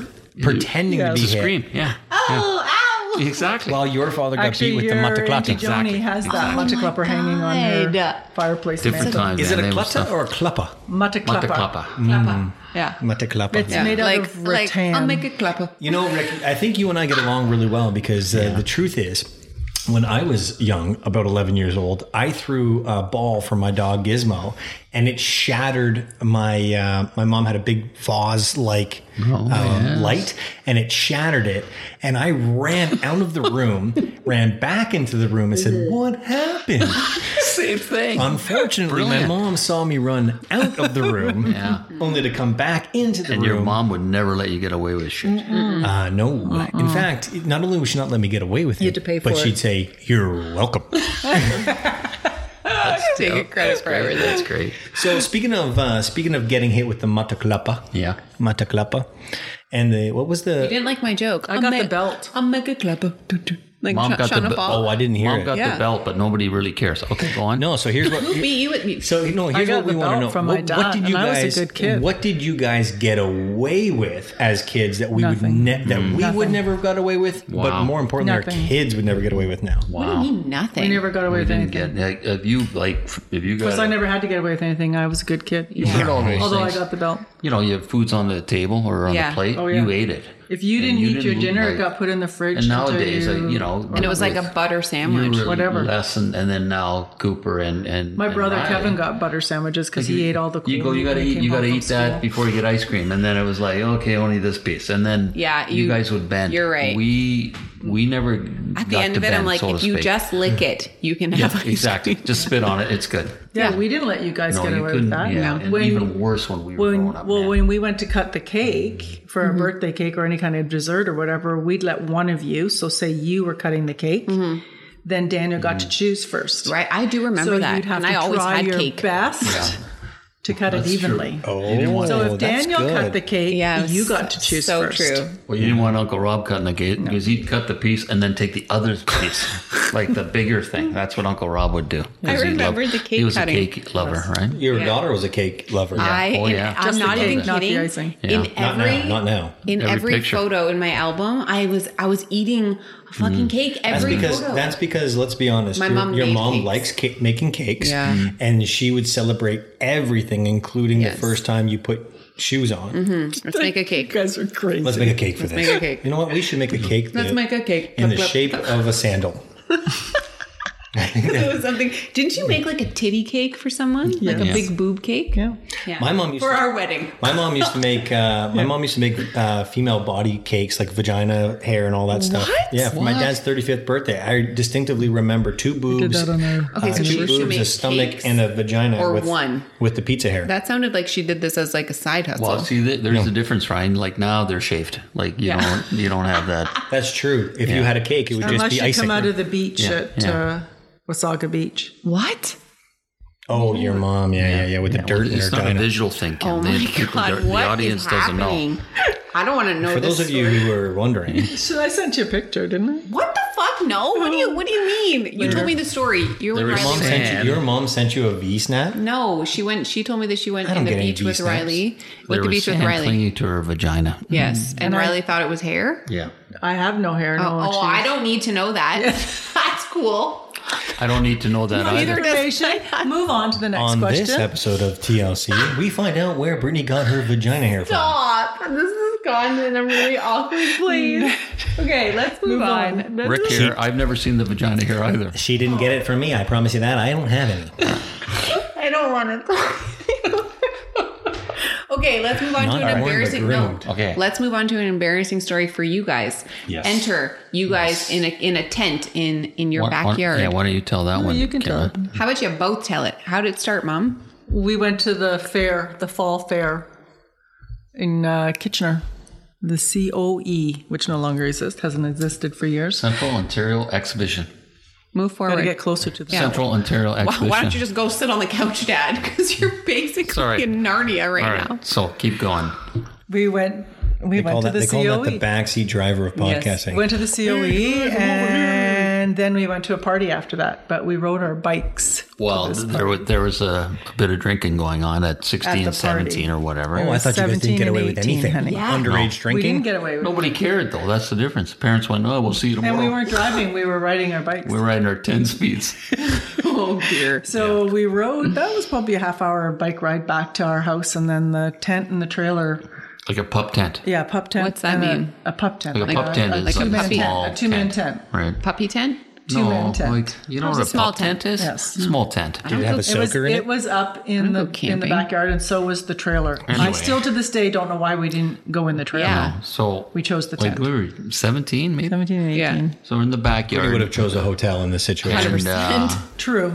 [SPEAKER 1] pretending to
[SPEAKER 7] Yes.
[SPEAKER 1] be
[SPEAKER 5] to
[SPEAKER 1] hit.
[SPEAKER 5] scream. Yeah. Oh, ow! Exactly.
[SPEAKER 1] While your father got
[SPEAKER 7] Actually,
[SPEAKER 1] beat with the
[SPEAKER 7] your Auntie
[SPEAKER 1] mutterklapper.
[SPEAKER 7] Johnny
[SPEAKER 5] Exactly. Oh
[SPEAKER 7] has that Monte Klepper hanging on her fireplace
[SPEAKER 5] Different
[SPEAKER 7] mantel.
[SPEAKER 5] time.
[SPEAKER 1] Is it
[SPEAKER 5] man.
[SPEAKER 1] a
[SPEAKER 5] They were
[SPEAKER 1] klutta
[SPEAKER 5] stuff-
[SPEAKER 1] or a Mm. klappa?
[SPEAKER 7] Monte Klepper.
[SPEAKER 5] Mata klappa.
[SPEAKER 6] Yeah.
[SPEAKER 1] Mutterklapper.
[SPEAKER 7] It's made out
[SPEAKER 6] Like,
[SPEAKER 7] of
[SPEAKER 6] like,
[SPEAKER 7] rattan.
[SPEAKER 6] I'll make a clapper.
[SPEAKER 1] You know, Rick, I think you and I get along really well because uh, the truth is, when I was young, about 11 years old, I threw a ball from my dog Gizmo and it shattered my, uh, my mom had a big vase like
[SPEAKER 5] Oh,
[SPEAKER 1] um, light and it shattered it. And I ran out of the room, ran back into the room and said, what happened?
[SPEAKER 5] Same thing.
[SPEAKER 1] Unfortunately,
[SPEAKER 5] Brilliant.
[SPEAKER 1] my mom saw me run out of the room
[SPEAKER 5] Yeah.
[SPEAKER 1] only to come back into the
[SPEAKER 5] and
[SPEAKER 1] room.
[SPEAKER 5] your mom would never let you get away with shit.
[SPEAKER 1] Uh, no. In fact, not only would she not let me get away with it,
[SPEAKER 7] Mm-hmm. had to pay
[SPEAKER 1] but
[SPEAKER 7] for it.
[SPEAKER 1] she'd say, "You're welcome."
[SPEAKER 6] Taking credit for everything.
[SPEAKER 5] That's great.
[SPEAKER 1] so speaking of uh, speaking of getting hit with the mataklapa,
[SPEAKER 5] Yeah.
[SPEAKER 1] mataklapa, and the what was
[SPEAKER 6] You
[SPEAKER 1] the?
[SPEAKER 6] didn't like my joke. I
[SPEAKER 7] got the belt.
[SPEAKER 6] I'll make a clapper. Do, do. Like
[SPEAKER 5] Mom
[SPEAKER 6] Mom
[SPEAKER 5] got the
[SPEAKER 6] Shauna
[SPEAKER 5] be-
[SPEAKER 6] Paul.
[SPEAKER 1] Oh, I didn't hear
[SPEAKER 5] Mom
[SPEAKER 1] it.
[SPEAKER 5] got
[SPEAKER 6] Yeah.
[SPEAKER 5] the belt, but nobody really cares. Okay, go on.
[SPEAKER 1] no, so here's what.
[SPEAKER 6] Beat you at me.
[SPEAKER 1] So no, here's
[SPEAKER 7] got
[SPEAKER 1] what we
[SPEAKER 7] the
[SPEAKER 1] want to
[SPEAKER 7] belt
[SPEAKER 1] know.
[SPEAKER 7] from my
[SPEAKER 1] what, what
[SPEAKER 7] dad,
[SPEAKER 1] did you
[SPEAKER 7] and I was a
[SPEAKER 1] guys?
[SPEAKER 7] good kid.
[SPEAKER 1] What did you guys get away with as kids that we
[SPEAKER 7] Nothing.
[SPEAKER 1] would ne- that we would
[SPEAKER 7] Nothing.
[SPEAKER 1] never have got away with? But
[SPEAKER 5] Wow.
[SPEAKER 1] more importantly,
[SPEAKER 7] Nothing.
[SPEAKER 1] our kids would never get away with now.
[SPEAKER 6] what do you mean nothing?
[SPEAKER 7] I never got away
[SPEAKER 5] We
[SPEAKER 7] with
[SPEAKER 5] didn't
[SPEAKER 7] anything.
[SPEAKER 5] get. Like, if you like, if you got,
[SPEAKER 7] Because I never had to get away with anything. I was a good kid.
[SPEAKER 5] you heard all those
[SPEAKER 7] Although I
[SPEAKER 5] things.
[SPEAKER 7] got the belt.
[SPEAKER 5] you know, you have food's on the table or on
[SPEAKER 6] Yeah.
[SPEAKER 5] the plate.
[SPEAKER 7] Oh, yeah.
[SPEAKER 5] You ate it.
[SPEAKER 7] If you
[SPEAKER 5] And
[SPEAKER 7] didn't eat your
[SPEAKER 5] didn't
[SPEAKER 7] dinner,
[SPEAKER 5] like-
[SPEAKER 7] it got put in the fridge.
[SPEAKER 5] And
[SPEAKER 7] until
[SPEAKER 5] nowadays, uh, you, you know,
[SPEAKER 6] and it was like a
[SPEAKER 5] with-
[SPEAKER 6] butter sandwich.
[SPEAKER 5] you were
[SPEAKER 7] Whatever.
[SPEAKER 5] Less and, and then now Cooper and and
[SPEAKER 7] My
[SPEAKER 5] and
[SPEAKER 7] brother
[SPEAKER 5] Riley.
[SPEAKER 7] Kevin got butter sandwiches because he ate all the.
[SPEAKER 5] You go.
[SPEAKER 7] cool
[SPEAKER 5] You gotta
[SPEAKER 7] when he
[SPEAKER 5] eat.
[SPEAKER 7] came
[SPEAKER 5] You
[SPEAKER 7] home
[SPEAKER 5] gotta
[SPEAKER 7] from
[SPEAKER 5] eat that
[SPEAKER 7] school.
[SPEAKER 5] before you get ice cream, and then it was like, okay, only this piece, and then
[SPEAKER 6] Yeah,
[SPEAKER 5] you,
[SPEAKER 6] you-
[SPEAKER 5] guys would bend.
[SPEAKER 6] you're right.
[SPEAKER 5] We we never
[SPEAKER 6] At the end of it, I'm like, if you just lick it, you can have ice
[SPEAKER 5] exactly
[SPEAKER 6] cream.
[SPEAKER 5] just spit on it. It's good.
[SPEAKER 7] Yeah, we didn't let you guys
[SPEAKER 5] No,
[SPEAKER 7] get
[SPEAKER 5] you
[SPEAKER 7] away
[SPEAKER 5] couldn't.
[SPEAKER 7] with that.
[SPEAKER 5] yeah, and
[SPEAKER 7] When-
[SPEAKER 5] even worse when we were
[SPEAKER 7] when
[SPEAKER 5] growing up.
[SPEAKER 7] well
[SPEAKER 5] man.
[SPEAKER 7] when we went to cut the cake for
[SPEAKER 1] Mm-hmm.
[SPEAKER 7] a birthday cake or any kind of dessert or whatever we'd let one of you so say you were cutting the cake
[SPEAKER 1] Mm-hmm.
[SPEAKER 7] then daniel got to choose first
[SPEAKER 6] Mm-hmm. Right? I do remember
[SPEAKER 7] so
[SPEAKER 6] that.
[SPEAKER 7] you'd have
[SPEAKER 6] And
[SPEAKER 7] to
[SPEAKER 6] I always
[SPEAKER 7] try
[SPEAKER 6] had
[SPEAKER 7] your
[SPEAKER 6] cake.
[SPEAKER 7] best to cut it evenly
[SPEAKER 1] Oh,
[SPEAKER 7] so if
[SPEAKER 1] that's
[SPEAKER 7] daniel cut
[SPEAKER 1] good.
[SPEAKER 7] the cake
[SPEAKER 6] Yeah, it was
[SPEAKER 7] you got to choose
[SPEAKER 6] so
[SPEAKER 7] first
[SPEAKER 6] true.
[SPEAKER 5] Well, you didn't want Uncle Rob cutting the cake because he'd cut the piece and then take the other piece, like the bigger thing. That's what Uncle Rob would do. 'cause he loved-
[SPEAKER 6] remembered the cake
[SPEAKER 5] He was
[SPEAKER 6] cutting.
[SPEAKER 5] a cake lover, right?
[SPEAKER 1] Your daughter was a cake lover.
[SPEAKER 6] I,
[SPEAKER 5] Oh,
[SPEAKER 6] and
[SPEAKER 5] yeah.
[SPEAKER 6] I'm
[SPEAKER 5] Just
[SPEAKER 6] not
[SPEAKER 7] the
[SPEAKER 6] even
[SPEAKER 7] cake, not the
[SPEAKER 6] kidding.
[SPEAKER 7] icing.
[SPEAKER 6] In
[SPEAKER 1] not
[SPEAKER 6] every
[SPEAKER 1] now. Not now.
[SPEAKER 6] in
[SPEAKER 5] Every
[SPEAKER 6] every,
[SPEAKER 5] picture.
[SPEAKER 6] photo in my album, I was I was eating a fucking cake
[SPEAKER 1] That's
[SPEAKER 6] every
[SPEAKER 1] because
[SPEAKER 6] photo.
[SPEAKER 1] that's because let's be honest,
[SPEAKER 6] My
[SPEAKER 1] your
[SPEAKER 6] mom
[SPEAKER 1] your
[SPEAKER 6] made
[SPEAKER 1] mom
[SPEAKER 6] cakes.
[SPEAKER 1] likes cake, making cakes,
[SPEAKER 6] Yeah.
[SPEAKER 1] and she would celebrate everything, including
[SPEAKER 6] Yes.
[SPEAKER 1] the first time you put shoes on.
[SPEAKER 6] Let's make a cake.
[SPEAKER 7] you guys are crazy
[SPEAKER 1] Let's make a cake for this.
[SPEAKER 6] make a cake.
[SPEAKER 1] You know what? We should make a cake.
[SPEAKER 6] Let's
[SPEAKER 1] that-
[SPEAKER 6] make a cake.
[SPEAKER 1] in the
[SPEAKER 6] Flip, flip,
[SPEAKER 1] shape
[SPEAKER 6] flip.
[SPEAKER 1] of a sandal.
[SPEAKER 6] It was something. Didn't you make like a titty cake for someone? Like a
[SPEAKER 5] Yes.
[SPEAKER 6] big boob cake?
[SPEAKER 7] yeah.
[SPEAKER 6] Yeah.
[SPEAKER 1] My mom used
[SPEAKER 6] for
[SPEAKER 1] to,
[SPEAKER 6] our wedding.
[SPEAKER 1] my mom used to make uh, my mom used to make uh, female body cakes like vagina hair and all that stuff.
[SPEAKER 6] What?
[SPEAKER 1] Yeah, for my dad's thirty fifth birthday, I distinctively remember two boobs,
[SPEAKER 7] that on our-
[SPEAKER 6] Okay,
[SPEAKER 1] uh,
[SPEAKER 6] so she
[SPEAKER 1] two
[SPEAKER 6] used to
[SPEAKER 1] boobs, a
[SPEAKER 6] make
[SPEAKER 1] stomach,
[SPEAKER 6] cakes
[SPEAKER 1] and a vagina,
[SPEAKER 6] or
[SPEAKER 1] with,
[SPEAKER 6] one.
[SPEAKER 1] with the pizza hair.
[SPEAKER 6] That sounded like she did this as like a side hustle.
[SPEAKER 5] Well, see, th- there's a difference, Ryan. Like now they're shaved. Like you
[SPEAKER 6] Yeah.
[SPEAKER 5] don't you don't have that.
[SPEAKER 1] That's true. If you had a cake, it would
[SPEAKER 7] unless
[SPEAKER 1] just be
[SPEAKER 7] you
[SPEAKER 1] icing.
[SPEAKER 7] come out of the uh, beach
[SPEAKER 5] Yeah,
[SPEAKER 7] at
[SPEAKER 5] yeah.
[SPEAKER 7] Uh, wasaga beach
[SPEAKER 6] what?
[SPEAKER 1] Oh, your mom. Yeah, yeah, yeah. with the dirt in her
[SPEAKER 5] It's not a
[SPEAKER 1] diner.
[SPEAKER 5] visual thing, Kim.
[SPEAKER 6] Oh
[SPEAKER 5] the,
[SPEAKER 6] my
[SPEAKER 5] people-
[SPEAKER 6] god!
[SPEAKER 5] the-
[SPEAKER 6] What
[SPEAKER 5] the
[SPEAKER 6] is
[SPEAKER 5] audience doesn't
[SPEAKER 6] happening?
[SPEAKER 5] know.
[SPEAKER 6] I don't want to know.
[SPEAKER 1] For
[SPEAKER 6] this
[SPEAKER 1] those of you who were wondering,
[SPEAKER 7] So I sent you a picture, didn't I?
[SPEAKER 6] what the fuck? No. What do you? What do you mean? You told me the story. You
[SPEAKER 5] There
[SPEAKER 6] and
[SPEAKER 5] is
[SPEAKER 6] Riley.
[SPEAKER 1] mom
[SPEAKER 5] Sand.
[SPEAKER 1] sent you, your mom sent you a V snap.
[SPEAKER 6] No, she went. She told me that she went
[SPEAKER 1] I
[SPEAKER 6] in
[SPEAKER 1] don't
[SPEAKER 6] the
[SPEAKER 1] get any
[SPEAKER 6] beach with
[SPEAKER 1] V-snaps.
[SPEAKER 6] Riley.
[SPEAKER 5] There
[SPEAKER 6] With the
[SPEAKER 5] was
[SPEAKER 6] beach with
[SPEAKER 5] sand
[SPEAKER 6] Riley.
[SPEAKER 5] clinging to her vagina.
[SPEAKER 6] Yes,
[SPEAKER 1] Mm-hmm.
[SPEAKER 6] and, Riley thought it was hair.
[SPEAKER 5] Yeah.
[SPEAKER 7] I have no hair. No
[SPEAKER 6] Oh, oh, I don't need to know that. That's cool.
[SPEAKER 5] I don't need to know that either.
[SPEAKER 7] Information. Move on to the next
[SPEAKER 1] On
[SPEAKER 7] question.
[SPEAKER 1] this episode of TLC, we find out where Brittany got her vagina hair from.
[SPEAKER 6] Stop. This has gone in a really awkward place. okay, let's move, on.
[SPEAKER 5] Rick here. I've never seen the vagina here either.
[SPEAKER 1] She didn't get it from me. I promise you that. I don't have any.
[SPEAKER 6] I don't want to. okay, let's move on
[SPEAKER 1] Not
[SPEAKER 6] to
[SPEAKER 1] born,
[SPEAKER 6] an
[SPEAKER 1] but
[SPEAKER 6] embarrassing. No,
[SPEAKER 1] groomed.
[SPEAKER 5] Okay.
[SPEAKER 6] let's move on to an embarrassing story for you guys.
[SPEAKER 1] Yes.
[SPEAKER 6] Enter you guys in a in a tent in in your
[SPEAKER 5] Why- why-
[SPEAKER 6] backyard.
[SPEAKER 5] yeah, why don't you tell that one?
[SPEAKER 7] you can
[SPEAKER 5] Kim?
[SPEAKER 7] tell it.
[SPEAKER 6] How about you both tell it? How did it start, Mom?
[SPEAKER 7] We went to the fair, the fall fair in uh, Kitchener. The COE, which no longer exists, hasn't existed for years.
[SPEAKER 5] Central Ontario Exhibition.
[SPEAKER 6] Move
[SPEAKER 7] Gotta
[SPEAKER 6] forward.
[SPEAKER 7] get closer to the
[SPEAKER 5] Central Ontario
[SPEAKER 6] why,
[SPEAKER 5] Exhibition.
[SPEAKER 6] why don't you just go sit on the couch, Dad? Because you're basically
[SPEAKER 5] Sorry.
[SPEAKER 6] in Narnia right,
[SPEAKER 5] All
[SPEAKER 6] now.
[SPEAKER 5] right. So keep going.
[SPEAKER 7] We went. We
[SPEAKER 1] They
[SPEAKER 7] went
[SPEAKER 1] call
[SPEAKER 7] to
[SPEAKER 1] that,
[SPEAKER 7] the
[SPEAKER 1] they call
[SPEAKER 7] COE.
[SPEAKER 1] that the backseat driver of
[SPEAKER 7] Yes,
[SPEAKER 1] podcasting.
[SPEAKER 7] went to the COE, and then we went to a party after that. But we rode our bikes.
[SPEAKER 5] Well, there was there was a, a bit of drinking going on at 16,
[SPEAKER 7] At the party.
[SPEAKER 5] 17 or whatever.
[SPEAKER 1] oh, I thought you guys
[SPEAKER 7] 17
[SPEAKER 1] didn't get
[SPEAKER 7] and
[SPEAKER 1] away with
[SPEAKER 7] 18,
[SPEAKER 1] anything.
[SPEAKER 7] honey.
[SPEAKER 1] Underage drinking.
[SPEAKER 7] We didn't get away with,
[SPEAKER 5] Nobody cared though. That's the difference. Parents went, "Oh, we'll see you tomorrow."
[SPEAKER 7] and we weren't driving. We were riding our bikes.
[SPEAKER 5] We were riding our ten speeds.
[SPEAKER 6] Oh dear.
[SPEAKER 7] So we rode. That was probably a half hour bike ride back to our house, and then the tent and the trailer.
[SPEAKER 5] like a pup tent.
[SPEAKER 7] Yeah, pup tent.
[SPEAKER 6] What's that
[SPEAKER 7] and a-
[SPEAKER 6] mean?
[SPEAKER 7] A, pup tent.
[SPEAKER 5] Like, a pup tent is
[SPEAKER 6] a
[SPEAKER 5] like a
[SPEAKER 6] puppy-
[SPEAKER 5] small
[SPEAKER 7] a two-man tent.
[SPEAKER 5] Right.
[SPEAKER 6] Puppy tent?
[SPEAKER 7] Two-man
[SPEAKER 5] no,
[SPEAKER 7] tent.
[SPEAKER 5] like you know what a,
[SPEAKER 6] small
[SPEAKER 5] pup tent, is?
[SPEAKER 7] Yes.
[SPEAKER 5] Small tent.
[SPEAKER 1] Did it have a
[SPEAKER 7] It was,
[SPEAKER 1] soaker in
[SPEAKER 7] it
[SPEAKER 1] it?
[SPEAKER 7] was up in the in
[SPEAKER 6] go
[SPEAKER 7] the
[SPEAKER 6] camping.
[SPEAKER 7] backyard, and so was the trailer. I
[SPEAKER 5] Anyway.
[SPEAKER 7] still to this day don't know why we didn't go in the trailer.
[SPEAKER 6] Yeah.
[SPEAKER 5] So
[SPEAKER 7] We chose the
[SPEAKER 5] like
[SPEAKER 7] tent.
[SPEAKER 5] we were seventeen, maybe.
[SPEAKER 7] Seventeen and
[SPEAKER 6] Yeah.
[SPEAKER 7] eighteen.
[SPEAKER 5] So we're in the
[SPEAKER 1] You
[SPEAKER 5] backyard.
[SPEAKER 1] would have chose a hotel in this situation.
[SPEAKER 5] and uh,
[SPEAKER 7] True.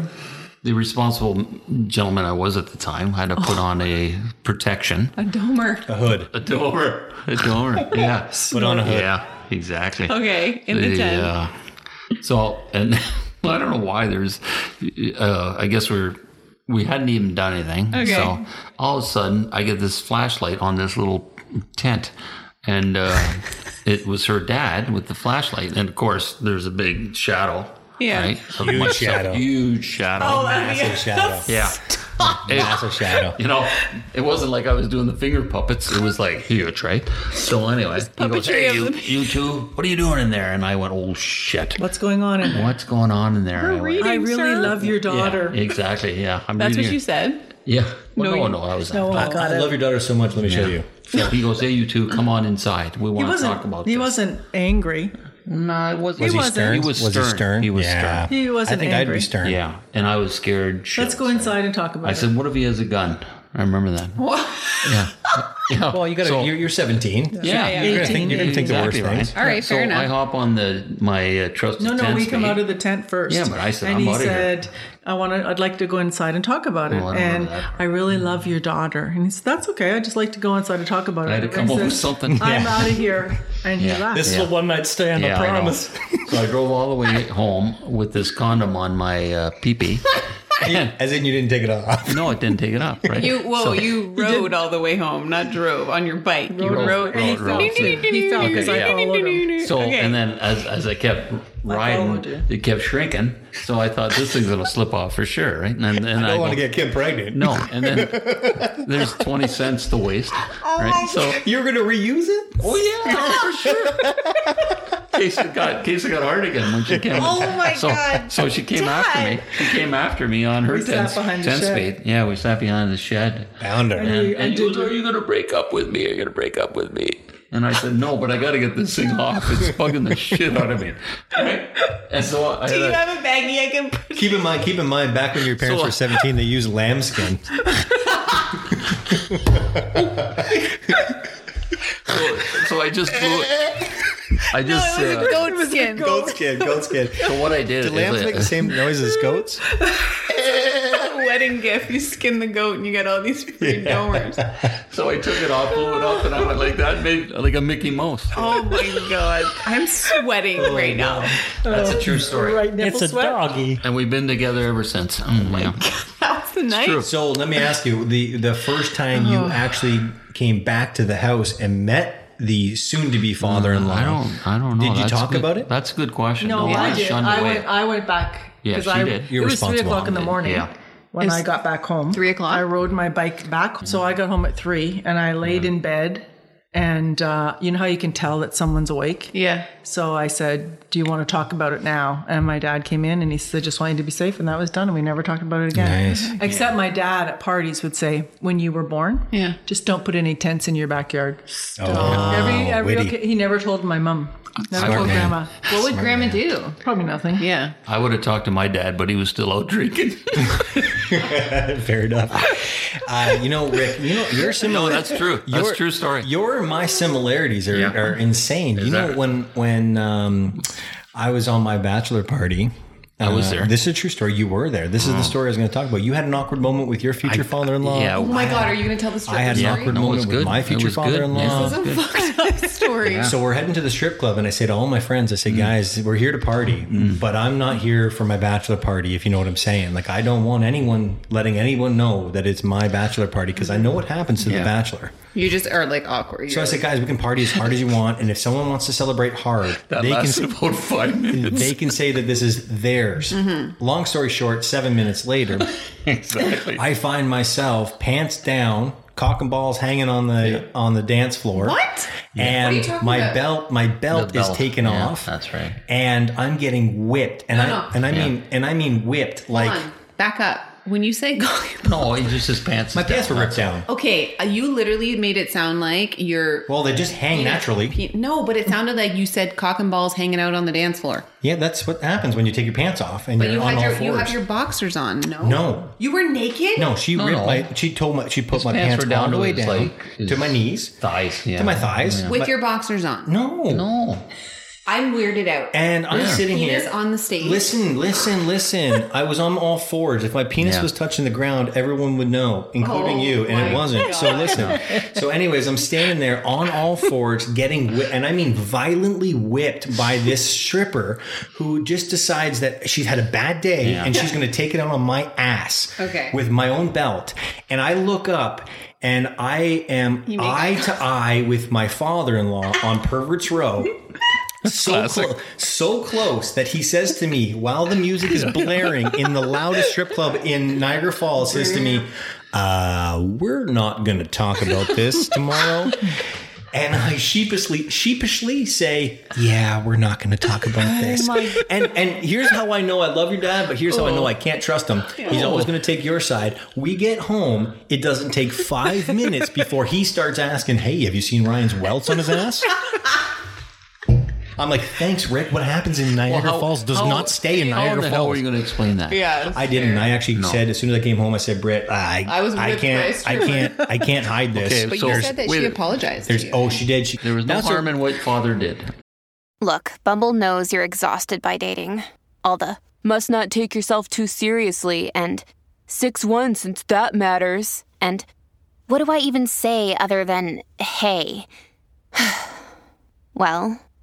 [SPEAKER 5] the responsible gentleman I was at the time had to
[SPEAKER 7] Oh.
[SPEAKER 5] put on a protection.
[SPEAKER 6] A domer.
[SPEAKER 1] A hood.
[SPEAKER 5] A door. A door. Yeah.
[SPEAKER 1] Put on a hood.
[SPEAKER 5] Yeah. Exactly.
[SPEAKER 6] Okay, in the tent.
[SPEAKER 5] uh, so, and I don't know why there's. Uh, I guess we're we hadn't even done anything.
[SPEAKER 6] Okay.
[SPEAKER 5] So all of a sudden, I get this flashlight on this little tent, and uh, it was her dad with the flashlight, and of course, there's a big shadow.
[SPEAKER 6] Yeah. Oh,
[SPEAKER 5] Right? Of
[SPEAKER 1] Huge
[SPEAKER 5] myself.
[SPEAKER 1] shadow.
[SPEAKER 5] Huge shadow.
[SPEAKER 1] Massive shadow.
[SPEAKER 5] yeah. It-
[SPEAKER 1] Massive shadow.
[SPEAKER 5] you know, it wasn't like I was doing the finger puppets. It was like huge, right? So anyway, he goes,
[SPEAKER 6] puppetry
[SPEAKER 5] "Hey,
[SPEAKER 6] of
[SPEAKER 5] you,
[SPEAKER 6] the-
[SPEAKER 5] you two, what are you doing in there?" And I went, "Oh shit,
[SPEAKER 7] What's going on in there?
[SPEAKER 5] what's going on in there?" And I went,
[SPEAKER 7] I really love your
[SPEAKER 5] "Yeah,
[SPEAKER 7] daughter.
[SPEAKER 5] exactly. Yeah, I'm
[SPEAKER 6] That's
[SPEAKER 5] reading
[SPEAKER 6] what you
[SPEAKER 5] it."
[SPEAKER 6] said.
[SPEAKER 5] Yeah. Well, no, no, I was.
[SPEAKER 7] Oh,
[SPEAKER 5] No.
[SPEAKER 7] I got
[SPEAKER 1] I
[SPEAKER 7] it.
[SPEAKER 1] love your daughter so much. Let me show you.
[SPEAKER 5] So he goes, "Hey, you two, come on inside. We
[SPEAKER 7] He
[SPEAKER 5] want to
[SPEAKER 7] wasn't.
[SPEAKER 5] talk about
[SPEAKER 7] he
[SPEAKER 5] this."
[SPEAKER 7] wasn't angry.
[SPEAKER 5] No, it wasn't.
[SPEAKER 1] Was he,
[SPEAKER 7] wasn't.
[SPEAKER 1] stern?
[SPEAKER 5] He was
[SPEAKER 1] Was he
[SPEAKER 5] stern.
[SPEAKER 1] stern?
[SPEAKER 5] He was
[SPEAKER 1] yeah.
[SPEAKER 5] stern.
[SPEAKER 7] He wasn't
[SPEAKER 1] I think I'd
[SPEAKER 7] angry.
[SPEAKER 1] be stern.
[SPEAKER 5] Yeah, and I was scared.
[SPEAKER 7] Let's
[SPEAKER 5] shitless.
[SPEAKER 7] go inside and talk about
[SPEAKER 5] I
[SPEAKER 7] it.
[SPEAKER 5] said, "What if he has a gun?" I remember that. Yeah. yeah.
[SPEAKER 1] Well, you got to.
[SPEAKER 5] So-
[SPEAKER 1] you're, you're 17.
[SPEAKER 5] Yeah,
[SPEAKER 6] yeah,
[SPEAKER 1] You're gonna think, you're gonna think
[SPEAKER 5] Exactly
[SPEAKER 1] the worst things.
[SPEAKER 5] right.
[SPEAKER 6] All right,
[SPEAKER 5] so
[SPEAKER 6] fair enough.
[SPEAKER 5] I hop on the my uh, trusted.
[SPEAKER 7] no, no,
[SPEAKER 5] tent
[SPEAKER 7] we come
[SPEAKER 5] speed.
[SPEAKER 7] out of the tent first.
[SPEAKER 5] Yeah, but I said,
[SPEAKER 7] and
[SPEAKER 5] "I'm
[SPEAKER 7] he
[SPEAKER 5] outta here."
[SPEAKER 7] said, I want to. I'd like to go inside and talk about it.
[SPEAKER 5] Oh, I don't
[SPEAKER 7] and
[SPEAKER 5] remember that.
[SPEAKER 7] I really love your daughter. And he said, That's okay. I just like to go inside and talk about it.
[SPEAKER 5] I had to
[SPEAKER 7] And
[SPEAKER 5] come up
[SPEAKER 7] said,
[SPEAKER 5] with something.
[SPEAKER 7] I'm
[SPEAKER 5] yeah.
[SPEAKER 7] out of here. And he
[SPEAKER 5] Yeah.
[SPEAKER 7] left.
[SPEAKER 1] This is a one night stand.
[SPEAKER 5] Yeah,
[SPEAKER 1] I
[SPEAKER 5] I know.
[SPEAKER 1] promise.
[SPEAKER 5] So I drove all the way home with this condom on my uh, peepee.
[SPEAKER 1] As in, you didn't take it off.
[SPEAKER 5] No, it didn't take it off. Right?
[SPEAKER 6] You whoa, you rode all the way home, not drove on your bike. You
[SPEAKER 5] Rode,
[SPEAKER 6] rode.
[SPEAKER 5] rode, rode.
[SPEAKER 7] he fell because I
[SPEAKER 5] Yeah.
[SPEAKER 7] followed him.
[SPEAKER 5] So and then as as I kept
[SPEAKER 7] followed you.
[SPEAKER 5] riding, it kept shrinking. So I thought this thing's gonna slip off for sure, right? And and, and I
[SPEAKER 1] I don't want
[SPEAKER 5] go,
[SPEAKER 1] to get Kim pregnant.
[SPEAKER 5] no. And then there's twenty cents to waste, right? So
[SPEAKER 1] You're going to reuse it?
[SPEAKER 5] Oh yeah, for sure. Casey got Casey got hard again when she came.
[SPEAKER 6] Oh, my
[SPEAKER 5] so,
[SPEAKER 6] God,
[SPEAKER 5] So she came
[SPEAKER 6] Dad.
[SPEAKER 5] after me. She came after me on her
[SPEAKER 7] sat
[SPEAKER 5] ten,
[SPEAKER 7] behind the
[SPEAKER 5] ten
[SPEAKER 7] shed.
[SPEAKER 5] speed. Yeah, we sat behind the shed.
[SPEAKER 1] Bounder.
[SPEAKER 5] And, and she goes, "Are you gonna break up with me? Are you gonna break up with me?" And I said, "No, but I got to get this thing off. It's bugging the shit out of me." Right? And so I had a-
[SPEAKER 6] have a baggie I can put
[SPEAKER 1] Keep in mind, keep in mind, back when your parents
[SPEAKER 5] So-
[SPEAKER 1] were 17, they used lambskin.
[SPEAKER 5] so, so I just blew it. I just uh,
[SPEAKER 6] goat skin.
[SPEAKER 1] Goatskin, goatskin.
[SPEAKER 5] so what I did.
[SPEAKER 1] Do lambs
[SPEAKER 5] is
[SPEAKER 1] make
[SPEAKER 5] I-
[SPEAKER 1] the same noise as goats?
[SPEAKER 6] Wedding gift. You skin the goat and you get all these freaking domers.
[SPEAKER 5] So I took it off, blew it up, and I went like that, made like a Mickey Mouse.
[SPEAKER 6] Oh my god. I'm sweating
[SPEAKER 5] Oh,
[SPEAKER 6] right now.
[SPEAKER 5] That's a true story.
[SPEAKER 7] Oh, Right nipple sweat.
[SPEAKER 1] doggy.
[SPEAKER 5] And we've been together ever since. Oh, yeah.
[SPEAKER 6] That was the nice.
[SPEAKER 1] So let me ask you the the first time
[SPEAKER 7] Oh.
[SPEAKER 1] you actually came back to the house and met the soon to be father in
[SPEAKER 5] Mm,
[SPEAKER 1] law.
[SPEAKER 5] I don't. I don't know.
[SPEAKER 1] Did you
[SPEAKER 5] That's
[SPEAKER 1] talk
[SPEAKER 5] good-
[SPEAKER 1] about it?
[SPEAKER 5] That's a good question.
[SPEAKER 7] No,
[SPEAKER 5] I
[SPEAKER 7] I did.
[SPEAKER 5] shunned
[SPEAKER 7] I
[SPEAKER 5] away.
[SPEAKER 7] went, I went back.
[SPEAKER 5] Yeah,
[SPEAKER 7] 'cause
[SPEAKER 5] she
[SPEAKER 7] I,
[SPEAKER 5] did.
[SPEAKER 7] It
[SPEAKER 1] You're
[SPEAKER 7] was three
[SPEAKER 1] responsible.
[SPEAKER 7] o'clock in the morning
[SPEAKER 5] Yeah.
[SPEAKER 7] when I got back home.
[SPEAKER 6] Three o'clock?
[SPEAKER 7] I rode my bike back. So I got home at three and I laid in bed. And uh, you know how you can tell that someone's awake?
[SPEAKER 6] Yeah.
[SPEAKER 7] So I said, Do you want to talk about it now? And my dad came in and he said, Just want you to be safe. And that was done. And we never talked about it again.
[SPEAKER 1] Nice.
[SPEAKER 7] Except my dad at parties would say, When you were born,
[SPEAKER 6] Yeah.
[SPEAKER 7] just don't put any tents in your backyard.
[SPEAKER 1] Oh,
[SPEAKER 7] every every
[SPEAKER 1] witty.
[SPEAKER 7] okay, he never told my mom. Never
[SPEAKER 5] Smart
[SPEAKER 7] told
[SPEAKER 5] man.
[SPEAKER 7] grandma.
[SPEAKER 6] What would grandma do?
[SPEAKER 7] Probably nothing.
[SPEAKER 6] Yeah.
[SPEAKER 5] I would have talked to my dad, but he was still out drinking.
[SPEAKER 1] fair enough. Uh, you know, Rick, you know you're
[SPEAKER 5] no,
[SPEAKER 1] similar.
[SPEAKER 5] Oh, that's true. That's
[SPEAKER 1] Your-
[SPEAKER 5] true story.
[SPEAKER 1] Your and my similarities are,
[SPEAKER 5] Yeah.
[SPEAKER 1] are insane. you know
[SPEAKER 5] that-
[SPEAKER 1] when when um, I was on my bachelor party. I
[SPEAKER 5] was there.
[SPEAKER 1] This is a true story. You were there. This is the story I was going to talk about. You had an awkward moment with your future father-in-law.
[SPEAKER 5] yeah.
[SPEAKER 6] Oh my God, are you going to tell the story?
[SPEAKER 1] I had an
[SPEAKER 5] Yeah.
[SPEAKER 1] awkward
[SPEAKER 5] No, it was
[SPEAKER 1] moment with
[SPEAKER 5] good.
[SPEAKER 1] my
[SPEAKER 5] It
[SPEAKER 1] future
[SPEAKER 5] was good.
[SPEAKER 1] father-in-law.
[SPEAKER 5] Yeah.
[SPEAKER 6] It's a fucked up story.
[SPEAKER 1] So we're heading to the strip club, and I say to all my friends, I say,
[SPEAKER 5] Mm.
[SPEAKER 1] guys, we're here to party, but I'm not here for my bachelor party, if you know what I'm saying. Like, I don't want anyone letting anyone know that it's my bachelor party because I know what happens to the
[SPEAKER 5] Yeah.
[SPEAKER 1] bachelor.
[SPEAKER 6] You just are like awkward.
[SPEAKER 1] So I said, guys, we can party as hard as you want, and if someone wants to celebrate hard,
[SPEAKER 5] That
[SPEAKER 1] they can
[SPEAKER 5] lasted about five minutes.
[SPEAKER 1] they can say that this is theirs.
[SPEAKER 6] Mm-hmm.
[SPEAKER 1] Long story short, seven minutes later,
[SPEAKER 5] exactly.
[SPEAKER 1] I find myself pants down, cock and balls hanging on the on the dance floor.
[SPEAKER 6] What?
[SPEAKER 1] And
[SPEAKER 6] What are you talking
[SPEAKER 1] my
[SPEAKER 6] about?
[SPEAKER 1] belt my belt,
[SPEAKER 5] The belt.
[SPEAKER 1] is taken
[SPEAKER 5] Yeah,
[SPEAKER 1] off.
[SPEAKER 5] that's right.
[SPEAKER 1] And I'm getting whipped. And
[SPEAKER 6] no.
[SPEAKER 1] I and I mean and I mean whipped like
[SPEAKER 6] Hold on. Back up. When you say
[SPEAKER 5] No, he just his pants.
[SPEAKER 1] my
[SPEAKER 5] is
[SPEAKER 1] pants were
[SPEAKER 5] down.
[SPEAKER 1] ripped down.
[SPEAKER 6] okay, uh, you literally made it sound like you're.
[SPEAKER 1] Well, they just hang naturally.
[SPEAKER 6] Pe- No, but it sounded like you said cock and balls hanging out on the dance floor.
[SPEAKER 1] yeah, that's what happens when you take your pants off and
[SPEAKER 6] But
[SPEAKER 1] you're
[SPEAKER 6] you
[SPEAKER 1] on
[SPEAKER 6] had
[SPEAKER 1] all
[SPEAKER 6] your
[SPEAKER 1] fours.
[SPEAKER 6] you have your boxers on. No,
[SPEAKER 1] No.
[SPEAKER 6] you were naked.
[SPEAKER 1] no, she ripped
[SPEAKER 5] no.
[SPEAKER 1] my. She told my. She put
[SPEAKER 5] His
[SPEAKER 1] my
[SPEAKER 5] pants
[SPEAKER 1] pants,
[SPEAKER 5] were down
[SPEAKER 1] all the
[SPEAKER 5] to
[SPEAKER 1] way
[SPEAKER 5] his,
[SPEAKER 1] down
[SPEAKER 5] like, his
[SPEAKER 1] to my knees,
[SPEAKER 5] Thighs. Yeah.
[SPEAKER 1] to my thighs.
[SPEAKER 6] with
[SPEAKER 1] But-
[SPEAKER 6] your boxers on.
[SPEAKER 1] no,
[SPEAKER 5] No.
[SPEAKER 6] I'm weirded out.
[SPEAKER 1] And I'm sitting
[SPEAKER 6] Penis
[SPEAKER 1] here
[SPEAKER 6] on the stage.
[SPEAKER 1] Listen, listen, listen. I was on all fours. If my penis
[SPEAKER 5] Yeah.
[SPEAKER 1] was touching the ground, everyone would know, including
[SPEAKER 6] Oh
[SPEAKER 1] you, and
[SPEAKER 6] my
[SPEAKER 1] it wasn't. So
[SPEAKER 6] God.
[SPEAKER 1] listen. So, anyways, I'm standing there on all fours, getting whi- and I mean violently whipped by this stripper who just decides that she's had a bad day and she's going to take it out on my ass
[SPEAKER 6] Okay.
[SPEAKER 1] with my own belt. And I look up. And I am
[SPEAKER 6] make
[SPEAKER 1] eye to eye with my father-in-law on Perverts Row, so close, so close that he says to me while the music is blaring in the loudest strip club in Niagara Falls, says to me, uh, "We're not going to talk about this tomorrow." And I sheepishly, sheepishly say, "Yeah, we're not going to talk about this." and and here's how I know I love your dad, but here's how I know I can't trust him. He's always going to take your side. We get home. It doesn't take five minutes before he starts asking, "Hey, have you seen Ryan's welts on his ass?" I'm like, thanks, Rick. What happens in Niagara
[SPEAKER 5] Well, how-
[SPEAKER 1] Falls does
[SPEAKER 5] how-
[SPEAKER 1] not stay in
[SPEAKER 5] How
[SPEAKER 1] Niagara
[SPEAKER 5] the hell were
[SPEAKER 1] Falls.
[SPEAKER 5] you going to explain that?
[SPEAKER 6] yeah,
[SPEAKER 1] I didn't. I actually said as soon as I came home, I said, Britt, I,
[SPEAKER 6] I was
[SPEAKER 1] I
[SPEAKER 6] whipped by a
[SPEAKER 1] can't, I
[SPEAKER 6] stripper.
[SPEAKER 1] can't, I can't hide this.
[SPEAKER 5] Okay,
[SPEAKER 6] but
[SPEAKER 5] so-
[SPEAKER 6] you said that
[SPEAKER 5] wait
[SPEAKER 6] she
[SPEAKER 5] a-
[SPEAKER 6] apologized.
[SPEAKER 1] There's,
[SPEAKER 6] to you.
[SPEAKER 1] oh, she did. She,
[SPEAKER 5] There was no
[SPEAKER 1] that's
[SPEAKER 5] harm
[SPEAKER 1] what-
[SPEAKER 5] in what father did.
[SPEAKER 10] Look, Bumble knows you're exhausted by dating. All the must not take yourself too seriously and 6 1 since that matters. And
[SPEAKER 4] What do I even say other than hey?
[SPEAKER 10] well,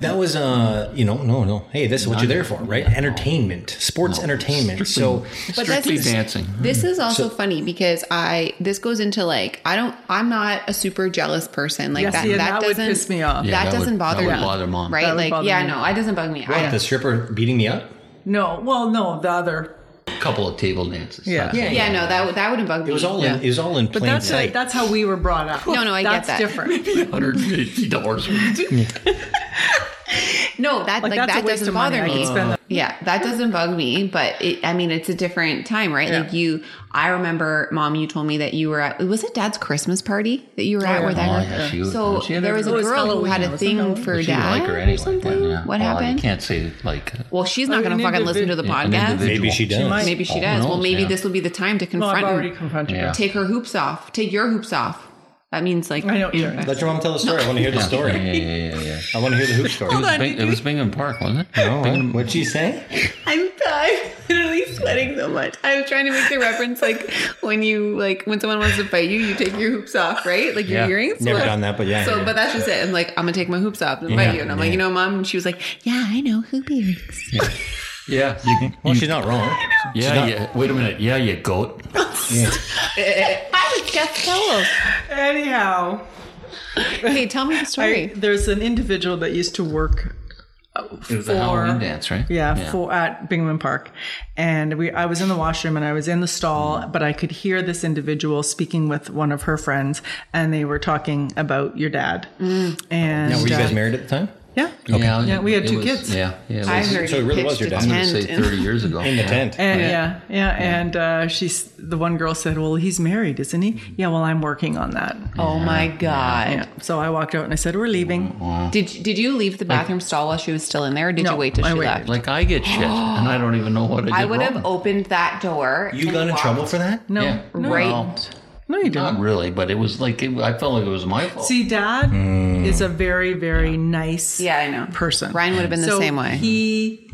[SPEAKER 1] That was, uh, you know, no, no. Hey, this is what you're there for, right? Entertainment, sports entertainment. So,
[SPEAKER 6] But that's-
[SPEAKER 5] strictly dancing.
[SPEAKER 6] This is also funny because I this goes into like I don't I'm not a super jealous person like
[SPEAKER 7] Yeah,
[SPEAKER 6] that.
[SPEAKER 7] see, and
[SPEAKER 6] that,
[SPEAKER 7] that would
[SPEAKER 6] doesn't
[SPEAKER 7] piss me off.
[SPEAKER 5] Yeah,
[SPEAKER 6] that,
[SPEAKER 5] that would-
[SPEAKER 6] doesn't bother
[SPEAKER 5] that would
[SPEAKER 6] me.
[SPEAKER 5] bother mom.
[SPEAKER 6] right?
[SPEAKER 7] That would
[SPEAKER 6] Like
[SPEAKER 7] bother
[SPEAKER 6] yeah,
[SPEAKER 7] me.
[SPEAKER 6] no, it doesn't bug me. I
[SPEAKER 1] what, the
[SPEAKER 6] don't.
[SPEAKER 1] stripper beating me up?
[SPEAKER 7] No, well, no, the other.
[SPEAKER 5] A couple of table dances.
[SPEAKER 7] Yeah.
[SPEAKER 5] That's all.
[SPEAKER 6] Yeah, no, that that wouldn't bug me.
[SPEAKER 1] It was all
[SPEAKER 6] Yeah.
[SPEAKER 1] in, it was all in
[SPEAKER 7] But
[SPEAKER 1] plain
[SPEAKER 7] that's
[SPEAKER 1] sight.
[SPEAKER 7] that's how we were brought up.
[SPEAKER 6] No, no, I get
[SPEAKER 7] that's
[SPEAKER 6] that.
[SPEAKER 7] different.
[SPEAKER 5] $150
[SPEAKER 6] No, that like,
[SPEAKER 7] Like, that's a
[SPEAKER 6] that
[SPEAKER 7] waste
[SPEAKER 6] doesn't
[SPEAKER 7] of money.
[SPEAKER 6] bother
[SPEAKER 7] I
[SPEAKER 6] me.
[SPEAKER 7] could spend that-
[SPEAKER 6] Yeah, that doesn't bug me, but it, I mean, it's a different time, right? Like you, I remember, mom, you told me that you were at was it dad's Christmas party that you were at? Where that
[SPEAKER 5] Oh, yeah, she was-
[SPEAKER 6] so
[SPEAKER 5] she had
[SPEAKER 6] there was a
[SPEAKER 7] It was
[SPEAKER 6] girl who
[SPEAKER 7] Halloween,
[SPEAKER 6] had a
[SPEAKER 7] wasn't it
[SPEAKER 6] thing
[SPEAKER 7] Halloween?
[SPEAKER 6] for
[SPEAKER 5] She didn't
[SPEAKER 6] dad
[SPEAKER 5] like her anyway.
[SPEAKER 6] or something.
[SPEAKER 5] Yeah.
[SPEAKER 6] What
[SPEAKER 5] Well,
[SPEAKER 6] happened?
[SPEAKER 5] You can't say like uh, an
[SPEAKER 6] Well, she's not
[SPEAKER 7] Oh,
[SPEAKER 6] going to
[SPEAKER 7] an
[SPEAKER 6] fucking listen to the
[SPEAKER 7] individ-
[SPEAKER 6] podcast.
[SPEAKER 5] individual.
[SPEAKER 1] Maybe she does.
[SPEAKER 7] might-
[SPEAKER 6] Maybe she
[SPEAKER 5] Oh, who
[SPEAKER 6] does. well,
[SPEAKER 5] knows,
[SPEAKER 6] maybe
[SPEAKER 5] yeah.
[SPEAKER 6] this will be the time to
[SPEAKER 7] No,
[SPEAKER 6] confront
[SPEAKER 7] I've already
[SPEAKER 6] him.
[SPEAKER 7] confronted
[SPEAKER 5] Yeah.
[SPEAKER 7] her.
[SPEAKER 6] Take her hoops off. Take your hoops off. That means like
[SPEAKER 7] I know what you're
[SPEAKER 6] in-
[SPEAKER 1] Let your mom tell the story. I want to hear the
[SPEAKER 5] Yeah,
[SPEAKER 1] story.
[SPEAKER 5] yeah, yeah, yeah, yeah.
[SPEAKER 1] I want to hear the hoop
[SPEAKER 5] It
[SPEAKER 1] story.
[SPEAKER 5] was, Bing, it was Bingham Park, wasn't it?
[SPEAKER 1] All right. What'd she say?
[SPEAKER 6] I'm I'm literally sweating so much. I was trying to make the reference like when you like when someone wants to fight you, you take your hoops off, right? Like
[SPEAKER 5] Yeah.
[SPEAKER 6] your earrings.
[SPEAKER 1] Never
[SPEAKER 6] Well,
[SPEAKER 1] done that, but yeah,
[SPEAKER 6] So,
[SPEAKER 1] yeah.
[SPEAKER 6] but that's just it. I'm like, I'm gonna take my hoops off and fight
[SPEAKER 1] Yeah,
[SPEAKER 6] you. And I'm
[SPEAKER 1] yeah.
[SPEAKER 6] like, you know, mom. And she was like, Yeah, I know hoop earrings.
[SPEAKER 5] Yeah. You,
[SPEAKER 1] Well, she's not wrong.
[SPEAKER 5] yeah,
[SPEAKER 1] not-
[SPEAKER 5] yeah. Wait a minute. Yeah, you goat.
[SPEAKER 6] I was just told.
[SPEAKER 7] Anyhow,
[SPEAKER 6] Hey, tell me the
[SPEAKER 7] I,
[SPEAKER 6] story.
[SPEAKER 7] there's an individual that used to work
[SPEAKER 5] It was a Halloween dance, right?
[SPEAKER 7] Yeah, For, at Bingham Park, and we I was in the washroom and I was in the stall,
[SPEAKER 6] Mm.
[SPEAKER 7] but I could hear this individual speaking with one of her friends, and they were talking about your dad.
[SPEAKER 6] Mm.
[SPEAKER 7] And
[SPEAKER 1] Now, were you
[SPEAKER 7] uh,
[SPEAKER 1] guys married at the time?
[SPEAKER 7] yeah,
[SPEAKER 5] Yeah,
[SPEAKER 7] Yeah, we had
[SPEAKER 5] it
[SPEAKER 7] two
[SPEAKER 5] was-
[SPEAKER 7] kids.
[SPEAKER 5] Yeah, yeah. it
[SPEAKER 6] I
[SPEAKER 5] was-
[SPEAKER 6] heard
[SPEAKER 1] so it
[SPEAKER 6] you
[SPEAKER 1] really was
[SPEAKER 6] pitched
[SPEAKER 1] your
[SPEAKER 6] a
[SPEAKER 1] dad.
[SPEAKER 5] I'm going to say
[SPEAKER 6] tent in-
[SPEAKER 5] 30 years ago.
[SPEAKER 1] In the tent.
[SPEAKER 7] And yeah, yeah, and uh, she's the one girl said, "Well, he's married, isn't he?"
[SPEAKER 6] Mm-hmm.
[SPEAKER 7] Yeah, well, I'm working on that.
[SPEAKER 6] Oh my god!
[SPEAKER 7] Yeah. So I walked out and I said, "We're leaving."
[SPEAKER 6] Mm-hmm. Did did you leave the bathroom stall while she was still in there? Or did
[SPEAKER 7] No,
[SPEAKER 6] you wait till
[SPEAKER 7] I
[SPEAKER 6] she
[SPEAKER 7] waited.
[SPEAKER 6] left?
[SPEAKER 5] Like I get shit, and I don't even know what I did
[SPEAKER 6] I would
[SPEAKER 5] wrong.
[SPEAKER 6] have opened that door.
[SPEAKER 1] You
[SPEAKER 6] and
[SPEAKER 1] got in
[SPEAKER 6] walked
[SPEAKER 1] trouble for that?
[SPEAKER 6] Mm-hmm.
[SPEAKER 7] No,
[SPEAKER 5] Yeah.
[SPEAKER 7] no,
[SPEAKER 6] Right.
[SPEAKER 5] No.
[SPEAKER 7] no, you
[SPEAKER 5] Not
[SPEAKER 7] don't.
[SPEAKER 5] really, but it was like it, I felt like it was my fault.
[SPEAKER 7] See, Dad is a very, very nice
[SPEAKER 6] Oh. Mm. Yeah, I know.
[SPEAKER 7] person.
[SPEAKER 6] Ryan would have been the
[SPEAKER 7] So
[SPEAKER 6] same way.
[SPEAKER 7] He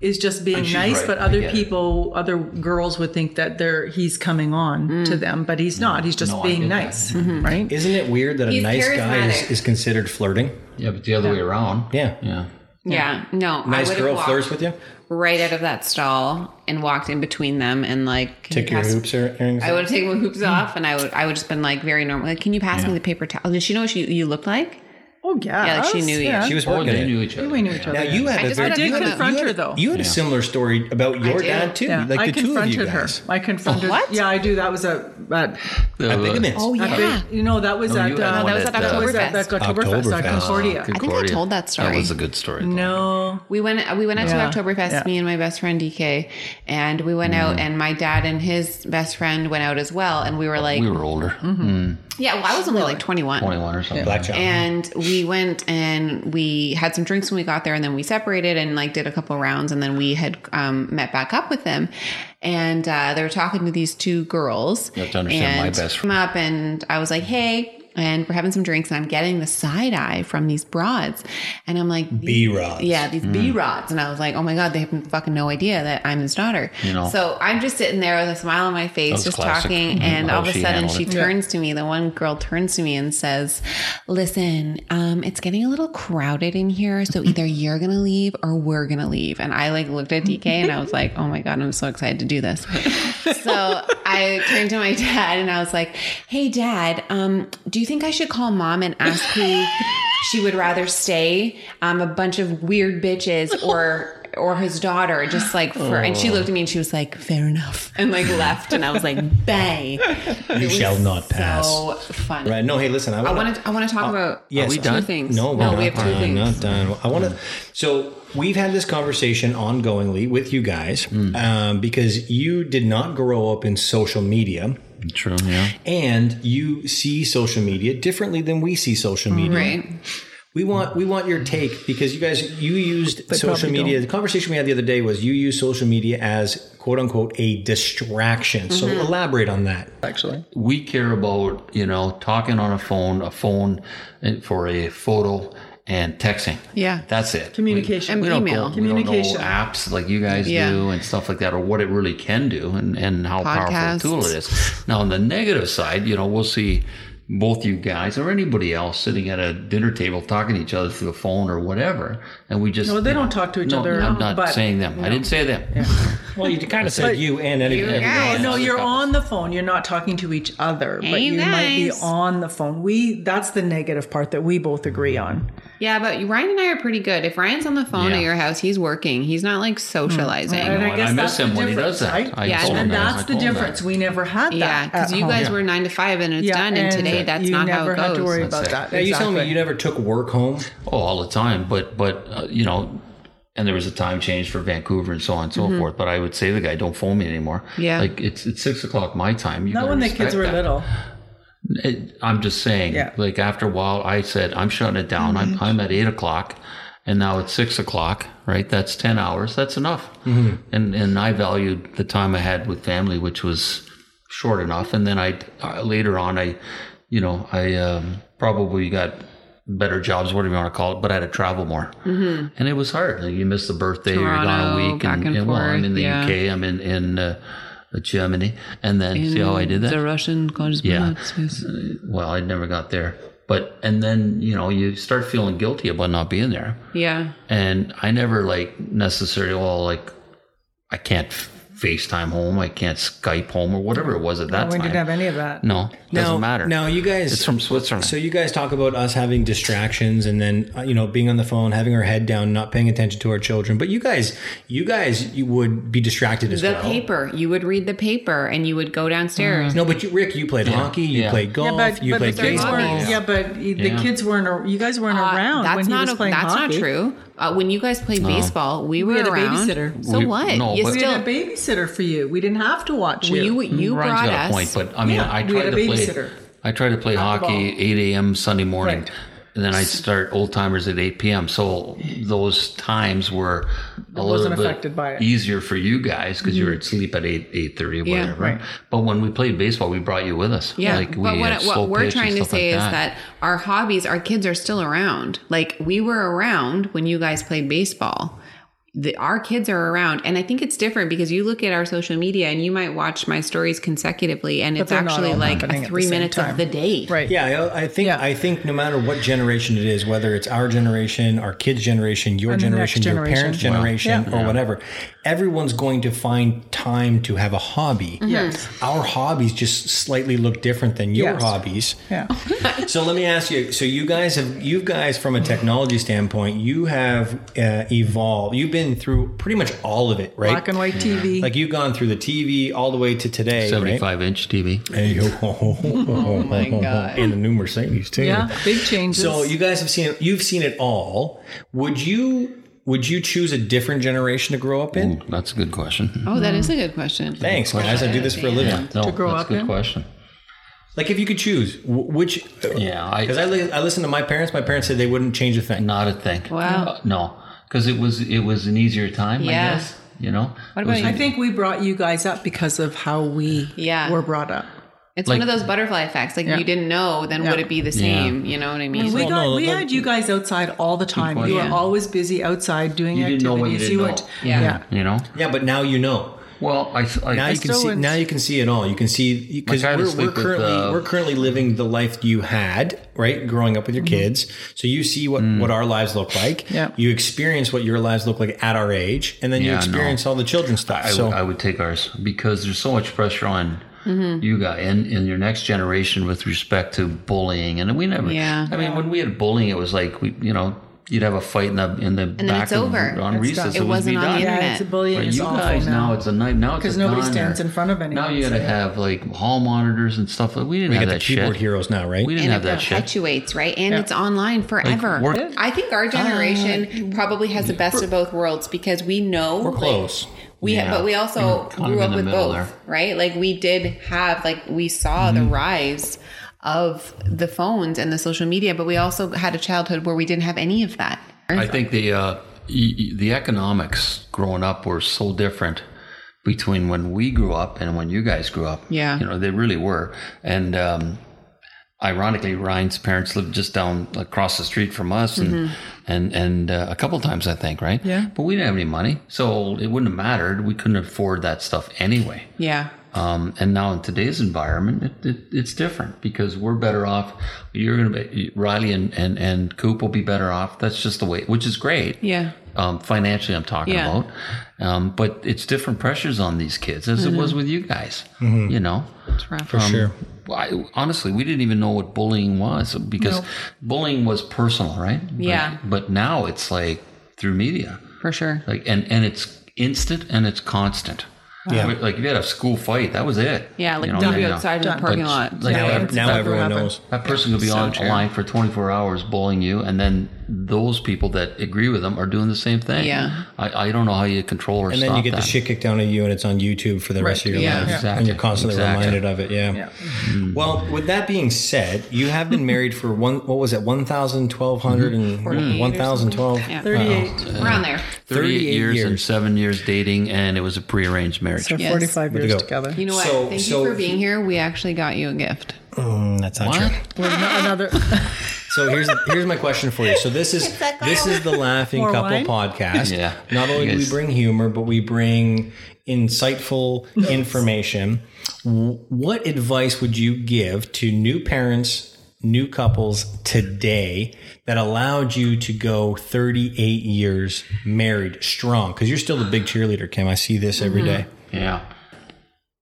[SPEAKER 7] is just being
[SPEAKER 5] And she's
[SPEAKER 7] nice,
[SPEAKER 5] right,
[SPEAKER 7] but
[SPEAKER 5] I
[SPEAKER 7] other
[SPEAKER 5] get it.
[SPEAKER 7] people, other girls would think that they're he's coming on
[SPEAKER 6] Mm.
[SPEAKER 7] to them, but he's not. He's just
[SPEAKER 5] No, I
[SPEAKER 7] being
[SPEAKER 5] get that.
[SPEAKER 7] nice,
[SPEAKER 6] Mm-hmm.
[SPEAKER 7] right?
[SPEAKER 1] Isn't it weird that a
[SPEAKER 6] He's
[SPEAKER 1] nice guy
[SPEAKER 6] charismatic.
[SPEAKER 1] is, is considered flirting?
[SPEAKER 5] yeah, but the other way around.
[SPEAKER 1] Yeah.
[SPEAKER 5] yeah.
[SPEAKER 6] yeah, no. I
[SPEAKER 1] Nice
[SPEAKER 6] would
[SPEAKER 1] girl
[SPEAKER 6] have
[SPEAKER 1] flirts
[SPEAKER 6] walked
[SPEAKER 1] with you?
[SPEAKER 6] right out of that stall and walked in between them and like can
[SPEAKER 1] Take
[SPEAKER 6] you
[SPEAKER 1] your
[SPEAKER 6] pass-
[SPEAKER 1] hoops or earrings?
[SPEAKER 6] I would have taken my hoops off and I would I would just been like very normal. Like, can you pass me the paper towel? Did she know what you, you looked like?
[SPEAKER 7] Oh yeah,
[SPEAKER 6] Yeah, like she knew you.
[SPEAKER 1] She was
[SPEAKER 5] Or
[SPEAKER 1] working
[SPEAKER 5] they
[SPEAKER 1] it.
[SPEAKER 5] knew each other.
[SPEAKER 7] We knew each other.
[SPEAKER 1] Now you had
[SPEAKER 6] I
[SPEAKER 1] a
[SPEAKER 6] just
[SPEAKER 1] very,
[SPEAKER 6] wanna
[SPEAKER 1] you
[SPEAKER 6] talk
[SPEAKER 1] had, a-
[SPEAKER 6] about-
[SPEAKER 7] confront
[SPEAKER 1] you had
[SPEAKER 7] her
[SPEAKER 1] a-
[SPEAKER 7] though.
[SPEAKER 1] You had a similar story about your
[SPEAKER 6] do.
[SPEAKER 1] dad too.
[SPEAKER 7] yeah,
[SPEAKER 1] Like
[SPEAKER 7] I
[SPEAKER 1] the two of
[SPEAKER 7] confronted
[SPEAKER 1] you
[SPEAKER 7] her.
[SPEAKER 1] guys.
[SPEAKER 7] I confronted.
[SPEAKER 6] What?
[SPEAKER 7] Yeah, I do. That was a. At,
[SPEAKER 5] Uh,
[SPEAKER 1] At Big
[SPEAKER 6] Oh yeah,
[SPEAKER 7] at big- you know, that was
[SPEAKER 5] No,
[SPEAKER 7] at.
[SPEAKER 5] you had
[SPEAKER 7] uh,
[SPEAKER 5] one
[SPEAKER 6] was
[SPEAKER 5] at,
[SPEAKER 6] at
[SPEAKER 5] uh,
[SPEAKER 7] that was at that
[SPEAKER 6] Oktoberfest.
[SPEAKER 7] Oktoberfest at
[SPEAKER 1] Oktoberfest.
[SPEAKER 7] Concordia.
[SPEAKER 6] I think I told that story.
[SPEAKER 5] That was a good story.
[SPEAKER 7] No,
[SPEAKER 6] We went we went out
[SPEAKER 7] Yeah.
[SPEAKER 6] to Oktoberfest,
[SPEAKER 7] Yeah.
[SPEAKER 6] me and my best friend DK, and we went out and my dad and his best friend went out as well and we were like
[SPEAKER 5] we were older,
[SPEAKER 7] Mm-hmm.
[SPEAKER 5] Mm.
[SPEAKER 6] Yeah, well I was only like twenty one.
[SPEAKER 5] twenty-one or something.
[SPEAKER 1] Black child.
[SPEAKER 6] And we went and we had some drinks when we got there, and then we separated and like did a couple rounds, and then we had um, met back up with them, and uh, they were talking to these two girls.
[SPEAKER 5] You have to understand my
[SPEAKER 6] and
[SPEAKER 5] best
[SPEAKER 6] Come up, and I was like, hey. And we're having some drinks, and I'm getting the side eye from these broads, and I'm like,
[SPEAKER 1] B rods.
[SPEAKER 6] yeah, these
[SPEAKER 5] Mm.
[SPEAKER 6] B rods. And I was like, oh my God, they have fucking no idea that I'm his daughter.
[SPEAKER 5] You know.
[SPEAKER 6] So I'm just sitting there with a smile on my face,
[SPEAKER 5] was
[SPEAKER 6] just
[SPEAKER 5] classic.
[SPEAKER 6] talking.
[SPEAKER 5] Mhm.
[SPEAKER 6] And
[SPEAKER 5] How
[SPEAKER 6] all of a
[SPEAKER 5] she
[SPEAKER 6] sudden
[SPEAKER 5] handled
[SPEAKER 6] she
[SPEAKER 5] it.
[SPEAKER 6] turns to me. The one girl turns to me and says, listen, um, it's getting a little crowded in here. So either you're going to leave or we're going to leave. And I like looked at DK and I was like, oh my God, I'm so excited to do this. so I turned to my dad and I was like, hey, dad, um, do you think I should call mom and ask who? she would rather stay um, a bunch of weird bitches or or his daughter just like for and she looked at me and she was like fair enough and like left and i was like bang
[SPEAKER 1] You shall not pass.
[SPEAKER 6] so fun
[SPEAKER 1] Right. No, hey, listen. I
[SPEAKER 6] i
[SPEAKER 1] want
[SPEAKER 6] want to i want to talk about
[SPEAKER 1] yes. Are we
[SPEAKER 6] two
[SPEAKER 1] done? Mm.
[SPEAKER 6] things
[SPEAKER 1] No, we're not
[SPEAKER 6] we have two
[SPEAKER 1] done,
[SPEAKER 6] things
[SPEAKER 1] Not done. I want to. So we've had this conversation ongoingly with you guys um, because you did not grow up in social media,
[SPEAKER 5] True. Yeah.
[SPEAKER 1] and you see social media differently than we see social media.
[SPEAKER 6] right
[SPEAKER 1] We want we want your take because you guys you used social media. The conversation we had the other day was you use social media as quote unquote a distraction. So elaborate on that.
[SPEAKER 5] we care about you know talking on a phone, a phone uh, for a photo, and texting.
[SPEAKER 6] Yeah.
[SPEAKER 5] that's it.
[SPEAKER 7] Communication.
[SPEAKER 5] We, we don't
[SPEAKER 6] email.
[SPEAKER 5] Go, communication
[SPEAKER 7] Communication.
[SPEAKER 5] we don't know apps like you guys
[SPEAKER 6] Yeah.
[SPEAKER 5] do and stuff like that, or what it really can do, and and how
[SPEAKER 6] Podcasts.
[SPEAKER 5] powerful a tool it is. Now on the negative side, you know we'll see both you guys or anybody else sitting at a dinner table talking to each other through the phone or whatever, and we just
[SPEAKER 7] No, they
[SPEAKER 5] you know,
[SPEAKER 7] don't talk to each
[SPEAKER 5] no,
[SPEAKER 7] other,
[SPEAKER 5] I'm not
[SPEAKER 7] but-
[SPEAKER 5] saying them. I didn't say them.
[SPEAKER 1] Well, you kind of said you and anybody.
[SPEAKER 6] guys.
[SPEAKER 7] No, you're
[SPEAKER 5] couples.
[SPEAKER 7] on the phone. You're not talking to each other, but
[SPEAKER 6] you
[SPEAKER 7] you might be
[SPEAKER 6] guys.
[SPEAKER 7] on the phone. We that's the negative part that we both agree on.
[SPEAKER 6] yeah but ryan and i are pretty good if ryan's on the phone
[SPEAKER 5] Yeah.
[SPEAKER 6] at your house he's working he's not
[SPEAKER 7] Hmm.
[SPEAKER 6] like socializing
[SPEAKER 7] And
[SPEAKER 5] and I miss
[SPEAKER 7] that's
[SPEAKER 5] him
[SPEAKER 7] the
[SPEAKER 5] when he
[SPEAKER 7] difference,
[SPEAKER 5] does that.
[SPEAKER 7] right?
[SPEAKER 5] I
[SPEAKER 6] Yeah,
[SPEAKER 5] told
[SPEAKER 6] and
[SPEAKER 5] him that. I
[SPEAKER 7] That's the
[SPEAKER 5] told him that.
[SPEAKER 7] difference. We never had that.
[SPEAKER 6] yeah because
[SPEAKER 7] at
[SPEAKER 1] Hmm.
[SPEAKER 6] you
[SPEAKER 7] home.
[SPEAKER 6] guys were nine to five and it's
[SPEAKER 7] Yeah,
[SPEAKER 6] done and today that's
[SPEAKER 7] you
[SPEAKER 6] not how
[SPEAKER 7] never
[SPEAKER 6] it
[SPEAKER 7] had
[SPEAKER 6] goes
[SPEAKER 7] to worry
[SPEAKER 5] That's
[SPEAKER 7] about
[SPEAKER 5] it.
[SPEAKER 7] that.
[SPEAKER 1] Now, you telling me
[SPEAKER 7] Exactly.
[SPEAKER 1] you never took work home?
[SPEAKER 5] Oh, all the time, but but uh, you know, and there was a time change for Vancouver and so on and
[SPEAKER 7] Mm-hmm.
[SPEAKER 5] so forth. But I would say to the guy, "Don't phone me anymore."
[SPEAKER 6] Yeah.
[SPEAKER 5] like it's it's six o'clock my time. You
[SPEAKER 7] Not
[SPEAKER 5] gotta
[SPEAKER 7] when the kids
[SPEAKER 5] respect
[SPEAKER 7] were
[SPEAKER 5] that.
[SPEAKER 7] little.
[SPEAKER 5] It- I'm just saying.
[SPEAKER 7] Yeah.
[SPEAKER 5] Like after a while, I said, "I'm shutting it down."
[SPEAKER 6] Mm-hmm.
[SPEAKER 5] I'm I'm at eight o'clock, and now it's six o'clock. Right, that's ten
[SPEAKER 6] Mm-hmm.
[SPEAKER 5] hours. That's enough. And and I valued the time I had with family, which was short enough. And then I uh, later on, I, you know, I um, probably got better jobs, whatever you want to call it, but I had to travel more, and it was hard. Like, you miss the birthday, you're gone
[SPEAKER 6] Mm-hmm. Toronto,
[SPEAKER 5] a week,
[SPEAKER 6] back and
[SPEAKER 5] well, I'm
[SPEAKER 6] forth,
[SPEAKER 5] in the
[SPEAKER 6] yeah.
[SPEAKER 5] UK, I'm in in uh, Germany, and then see how I did that.
[SPEAKER 6] Russian
[SPEAKER 5] Yeah.
[SPEAKER 6] consulate.
[SPEAKER 5] Well, I never got there. But and then, you know, you start feeling guilty about not being there.
[SPEAKER 6] Yeah.
[SPEAKER 5] And I never like necessarily well like I can't FaceTime home, I can't Skype home or whatever it was at that
[SPEAKER 7] we
[SPEAKER 5] time.
[SPEAKER 7] didn't have any of that.
[SPEAKER 5] no, doesn't matter.
[SPEAKER 1] Now you guys,
[SPEAKER 5] It's from Switzerland.
[SPEAKER 1] So you guys talk about us having distractions and then uh, you know being on the phone, having our head down, not paying attention to our children. But you guys, you guys, you would be distracted as
[SPEAKER 6] The
[SPEAKER 1] well.
[SPEAKER 6] paper. You would read the paper and you would go downstairs.
[SPEAKER 1] No, but you, Rick, you played hockey, you
[SPEAKER 5] Yeah.
[SPEAKER 1] played golf, you played
[SPEAKER 7] the kids
[SPEAKER 1] baseball.
[SPEAKER 7] weren't. Yeah, but the kids weren't. ar- You guys weren't
[SPEAKER 6] Uh,
[SPEAKER 7] around
[SPEAKER 6] that's
[SPEAKER 7] Mm. when he
[SPEAKER 6] not
[SPEAKER 7] was
[SPEAKER 6] a-
[SPEAKER 7] playing
[SPEAKER 6] that's
[SPEAKER 7] hockey.
[SPEAKER 6] not true. Uh, when you guys played baseball, we were
[SPEAKER 7] had a
[SPEAKER 6] around.
[SPEAKER 7] babysitter.
[SPEAKER 6] So
[SPEAKER 5] Uh, We-
[SPEAKER 6] what?
[SPEAKER 5] no,
[SPEAKER 6] you
[SPEAKER 5] but-
[SPEAKER 7] We
[SPEAKER 6] still
[SPEAKER 7] had a babysitter for you. We didn't have to watch
[SPEAKER 6] well, you
[SPEAKER 7] you.
[SPEAKER 6] you
[SPEAKER 5] Ryan's
[SPEAKER 6] brought
[SPEAKER 5] got
[SPEAKER 6] us.
[SPEAKER 5] a point, but I mean
[SPEAKER 7] Yeah,
[SPEAKER 5] I
[SPEAKER 7] we had
[SPEAKER 5] tried to
[SPEAKER 7] a
[SPEAKER 5] play
[SPEAKER 7] babysitter.
[SPEAKER 5] I tried to play hockey eight AM Sunday morning.
[SPEAKER 7] Right.
[SPEAKER 5] And then I start old timers at eight PM. So those times were a little
[SPEAKER 7] wasn't
[SPEAKER 5] bit
[SPEAKER 7] affected by it.
[SPEAKER 5] easier for you guys because you were asleep at eight eight thirty or
[SPEAKER 6] Yeah.
[SPEAKER 5] whatever. But when we played baseball, we brought you with us.
[SPEAKER 6] Yeah,
[SPEAKER 5] like we
[SPEAKER 6] but
[SPEAKER 5] had
[SPEAKER 6] what,
[SPEAKER 5] slow
[SPEAKER 6] what we're
[SPEAKER 5] pitch and
[SPEAKER 6] trying to
[SPEAKER 5] stuff like
[SPEAKER 6] say is
[SPEAKER 5] that.
[SPEAKER 6] that our hobbies, our kids are still around. Like we were around when you guys played baseball. The, our kids are around, and I think it's different because you look at our social media and you might watch my stories consecutively, and it's
[SPEAKER 7] they're not
[SPEAKER 6] actually
[SPEAKER 7] all
[SPEAKER 6] like
[SPEAKER 7] happening at the
[SPEAKER 6] three
[SPEAKER 7] same
[SPEAKER 6] minutes
[SPEAKER 7] time.
[SPEAKER 6] of the day.
[SPEAKER 7] Right.
[SPEAKER 1] Yeah, I, I think
[SPEAKER 7] Yeah.
[SPEAKER 1] I think no matter what generation it is, whether it's our generation, our kids' generation, your
[SPEAKER 7] the next
[SPEAKER 1] generation, your
[SPEAKER 7] generation.
[SPEAKER 1] parents' generation, or whatever, everyone's going to find time to have a hobby.
[SPEAKER 7] Yes.
[SPEAKER 1] Our hobbies just slightly look different than your
[SPEAKER 7] Yes.
[SPEAKER 1] hobbies.
[SPEAKER 7] Yeah.
[SPEAKER 1] So let me ask you. So you guys have, you guys from a technology standpoint, you have uh, evolved. You've been through pretty much all of it, right?
[SPEAKER 7] Black and white TV.
[SPEAKER 1] Like you've gone through the TV all the way to today,
[SPEAKER 5] seventy
[SPEAKER 1] right?
[SPEAKER 5] five inch TV.
[SPEAKER 1] Hey, ho, ho, ho, ho, ho, ho, ho, ho. And a new Mercedes too.
[SPEAKER 7] Oh yeah. Big changes.
[SPEAKER 1] So you guys have seen you've seen it all. Would you would you choose a different generation to grow up in?
[SPEAKER 5] That's a good question.
[SPEAKER 6] Oh, that is
[SPEAKER 7] Mm-hmm.
[SPEAKER 6] a good question.
[SPEAKER 1] Thanks, guys. I do this for a living.
[SPEAKER 5] No,
[SPEAKER 7] grow
[SPEAKER 5] that's
[SPEAKER 7] up
[SPEAKER 5] a good
[SPEAKER 7] in?
[SPEAKER 5] question.
[SPEAKER 1] Like if you could choose, wh- which
[SPEAKER 5] Yeah, I-
[SPEAKER 1] because I, li- I listened to my parents. My parents said they wouldn't change a thing.
[SPEAKER 5] Not a thing.
[SPEAKER 6] Wow.
[SPEAKER 5] Uh, no, because it was it was an easier time.
[SPEAKER 6] Yeah.
[SPEAKER 5] I guess you know. What
[SPEAKER 6] about you?
[SPEAKER 7] I think we brought you guys up because of how we
[SPEAKER 6] Yeah.
[SPEAKER 7] were brought up.
[SPEAKER 6] It's one of those butterfly effects. Like you didn't know, then would it be the same? You know what I mean?
[SPEAKER 7] We, got,
[SPEAKER 1] no,
[SPEAKER 7] we
[SPEAKER 1] like-
[SPEAKER 7] had you guys outside all the time. You were
[SPEAKER 5] question.
[SPEAKER 7] always busy outside doing
[SPEAKER 5] You didn't
[SPEAKER 7] activities.
[SPEAKER 5] know what you didn't know.
[SPEAKER 7] weren't-
[SPEAKER 6] Yeah.
[SPEAKER 7] yeah.
[SPEAKER 5] You know.
[SPEAKER 1] Yeah, but now you know.
[SPEAKER 5] Well, I, I
[SPEAKER 1] Now you can
[SPEAKER 7] still
[SPEAKER 1] see.
[SPEAKER 7] wouldn't-
[SPEAKER 1] Now you can see it all. You can see because
[SPEAKER 5] Like, I had to
[SPEAKER 1] we're,
[SPEAKER 5] sleep
[SPEAKER 1] we're
[SPEAKER 5] with,
[SPEAKER 1] currently
[SPEAKER 5] uh,
[SPEAKER 1] we're currently living the life you had, right? Growing up with your kids, so you see what
[SPEAKER 5] Mm.
[SPEAKER 1] what our lives look like.
[SPEAKER 7] Mm-hmm. Yeah.
[SPEAKER 1] you experience what your lives look like at our age, and then you
[SPEAKER 5] Yeah, no.
[SPEAKER 1] experience all the children's stuff.
[SPEAKER 5] I,
[SPEAKER 1] so
[SPEAKER 5] would, I would take ours because there's so much pressure on
[SPEAKER 6] Mm-hmm.
[SPEAKER 5] you guys and, and your next generation with respect to bullying. And we never,
[SPEAKER 6] Yeah.
[SPEAKER 5] I mean, when we had bullying, it was like, we, you know, you'd have a fight in the, in the
[SPEAKER 6] then
[SPEAKER 5] back
[SPEAKER 6] it's
[SPEAKER 5] of,
[SPEAKER 6] over.
[SPEAKER 5] on
[SPEAKER 7] It's
[SPEAKER 5] recess.
[SPEAKER 7] done. It
[SPEAKER 5] would be
[SPEAKER 6] wasn't on the
[SPEAKER 5] done.
[SPEAKER 6] internet.
[SPEAKER 7] Yeah, it's a bullying.
[SPEAKER 5] But
[SPEAKER 7] It's
[SPEAKER 5] you
[SPEAKER 7] awful
[SPEAKER 5] guys
[SPEAKER 7] now.
[SPEAKER 5] now it's a night now it's
[SPEAKER 7] 'Cause
[SPEAKER 5] a
[SPEAKER 7] nobody
[SPEAKER 5] done
[SPEAKER 7] stands
[SPEAKER 5] there.
[SPEAKER 7] in front of
[SPEAKER 5] Now
[SPEAKER 7] anyone,
[SPEAKER 5] you got to
[SPEAKER 7] so-
[SPEAKER 5] have like hall monitors and stuff. We didn't
[SPEAKER 1] we
[SPEAKER 5] have
[SPEAKER 1] got the
[SPEAKER 5] that
[SPEAKER 1] keyboard
[SPEAKER 5] shit.
[SPEAKER 1] heroes now, right?
[SPEAKER 5] We didn't
[SPEAKER 6] and
[SPEAKER 5] have
[SPEAKER 6] it
[SPEAKER 5] that shit.
[SPEAKER 6] perpetuates, right? And it's online forever.
[SPEAKER 5] we're-
[SPEAKER 6] I think our
[SPEAKER 7] Uh,
[SPEAKER 6] generation probably has the best of both worlds because we know
[SPEAKER 1] We're
[SPEAKER 6] like,
[SPEAKER 1] close.
[SPEAKER 6] we
[SPEAKER 5] Yeah.
[SPEAKER 6] but we also
[SPEAKER 5] We're kind of
[SPEAKER 6] grew
[SPEAKER 5] in
[SPEAKER 6] up
[SPEAKER 5] the
[SPEAKER 6] with
[SPEAKER 5] middle
[SPEAKER 6] both,
[SPEAKER 5] there.
[SPEAKER 6] right? Like we did have like we saw the rise of the phones and the social media, but we also had a childhood where we didn't have any of that.
[SPEAKER 5] I think the uh, e- e- the economics growing up were so different between when we grew up and when you guys grew up.
[SPEAKER 6] Yeah.
[SPEAKER 5] you know they really were. And um, ironically, Ryan's parents lived just down across the street from us, and
[SPEAKER 6] Mm-hmm.
[SPEAKER 5] and and uh, a couple times I think, right? Yeah. But we didn't have any money, so it wouldn't have mattered. We couldn't afford that stuff anyway.
[SPEAKER 6] Yeah.
[SPEAKER 5] Um, and now in today's environment, it, it, it's different because we're better off. You're going to be Riley and, and, and Coop will be better off. That's just the way, which is great.
[SPEAKER 6] Yeah.
[SPEAKER 5] Um, financially, I'm talking
[SPEAKER 6] Yeah.
[SPEAKER 5] about. Um, but it's different pressures on these kids as
[SPEAKER 6] Mm-hmm.
[SPEAKER 5] it was with you guys. You know,
[SPEAKER 1] Mm-hmm.
[SPEAKER 5] Um,
[SPEAKER 1] For sure.
[SPEAKER 5] I, honestly, we didn't even know what bullying was because bullying was personal, right?
[SPEAKER 6] Yeah.
[SPEAKER 5] But, but now it's like through media
[SPEAKER 6] For sure.
[SPEAKER 5] like and and it's instant and it's constant
[SPEAKER 1] Yeah.
[SPEAKER 5] Like, like if you had a school fight that was it
[SPEAKER 6] Yeah, like
[SPEAKER 5] You know,
[SPEAKER 6] don't be
[SPEAKER 5] and, uh,
[SPEAKER 6] outside in the
[SPEAKER 7] Done.
[SPEAKER 6] parking
[SPEAKER 5] but
[SPEAKER 6] lot.
[SPEAKER 5] like
[SPEAKER 7] Yeah.
[SPEAKER 5] that-
[SPEAKER 7] That's
[SPEAKER 1] Now
[SPEAKER 7] what
[SPEAKER 1] everyone
[SPEAKER 7] happened.
[SPEAKER 1] knows.
[SPEAKER 5] that person could be
[SPEAKER 6] So
[SPEAKER 5] on
[SPEAKER 6] true.
[SPEAKER 5] online for 24 hours bullying you and then those people that agree with them are doing the same thing.
[SPEAKER 6] Yeah.
[SPEAKER 5] I, I don't know how you control or
[SPEAKER 1] And
[SPEAKER 5] stop
[SPEAKER 1] then you get
[SPEAKER 5] that.
[SPEAKER 1] the shit kicked out of you, and it's on YouTube for the rest of your
[SPEAKER 6] Yeah.
[SPEAKER 1] life, and
[SPEAKER 5] Exactly.
[SPEAKER 1] you're constantly
[SPEAKER 5] Exactly. Mm.
[SPEAKER 1] reminded of it. Yeah. Well, with that being said, you have been married for one. What was it? One thousand twelve hundred and one thousand twelve.
[SPEAKER 6] Yeah.
[SPEAKER 7] 38
[SPEAKER 6] Around there.
[SPEAKER 5] 38 years, and
[SPEAKER 1] years.
[SPEAKER 5] seven years dating, and it was a prearranged marriage.
[SPEAKER 7] so
[SPEAKER 6] Yes.
[SPEAKER 7] 45 years
[SPEAKER 1] go.
[SPEAKER 7] together.
[SPEAKER 6] You know what?
[SPEAKER 1] So-
[SPEAKER 6] Thank
[SPEAKER 1] so-
[SPEAKER 6] you for being here. We actually got you a gift.
[SPEAKER 1] Mm, That's not true.
[SPEAKER 7] Well, not another.
[SPEAKER 1] So here's here's my question for you. So this is this is the Laughing
[SPEAKER 7] More
[SPEAKER 1] Couple
[SPEAKER 7] wine?
[SPEAKER 1] podcast.
[SPEAKER 5] Yeah.
[SPEAKER 1] Not only do we
[SPEAKER 5] Yes.
[SPEAKER 1] bring humor, but we bring insightful information. W- What advice would you give to new parents, new couples today that allowed you to go 38 years married strong? Because you're still the big cheerleader, Kim. I see this
[SPEAKER 7] Mm-hmm.
[SPEAKER 1] every day.
[SPEAKER 5] Yeah.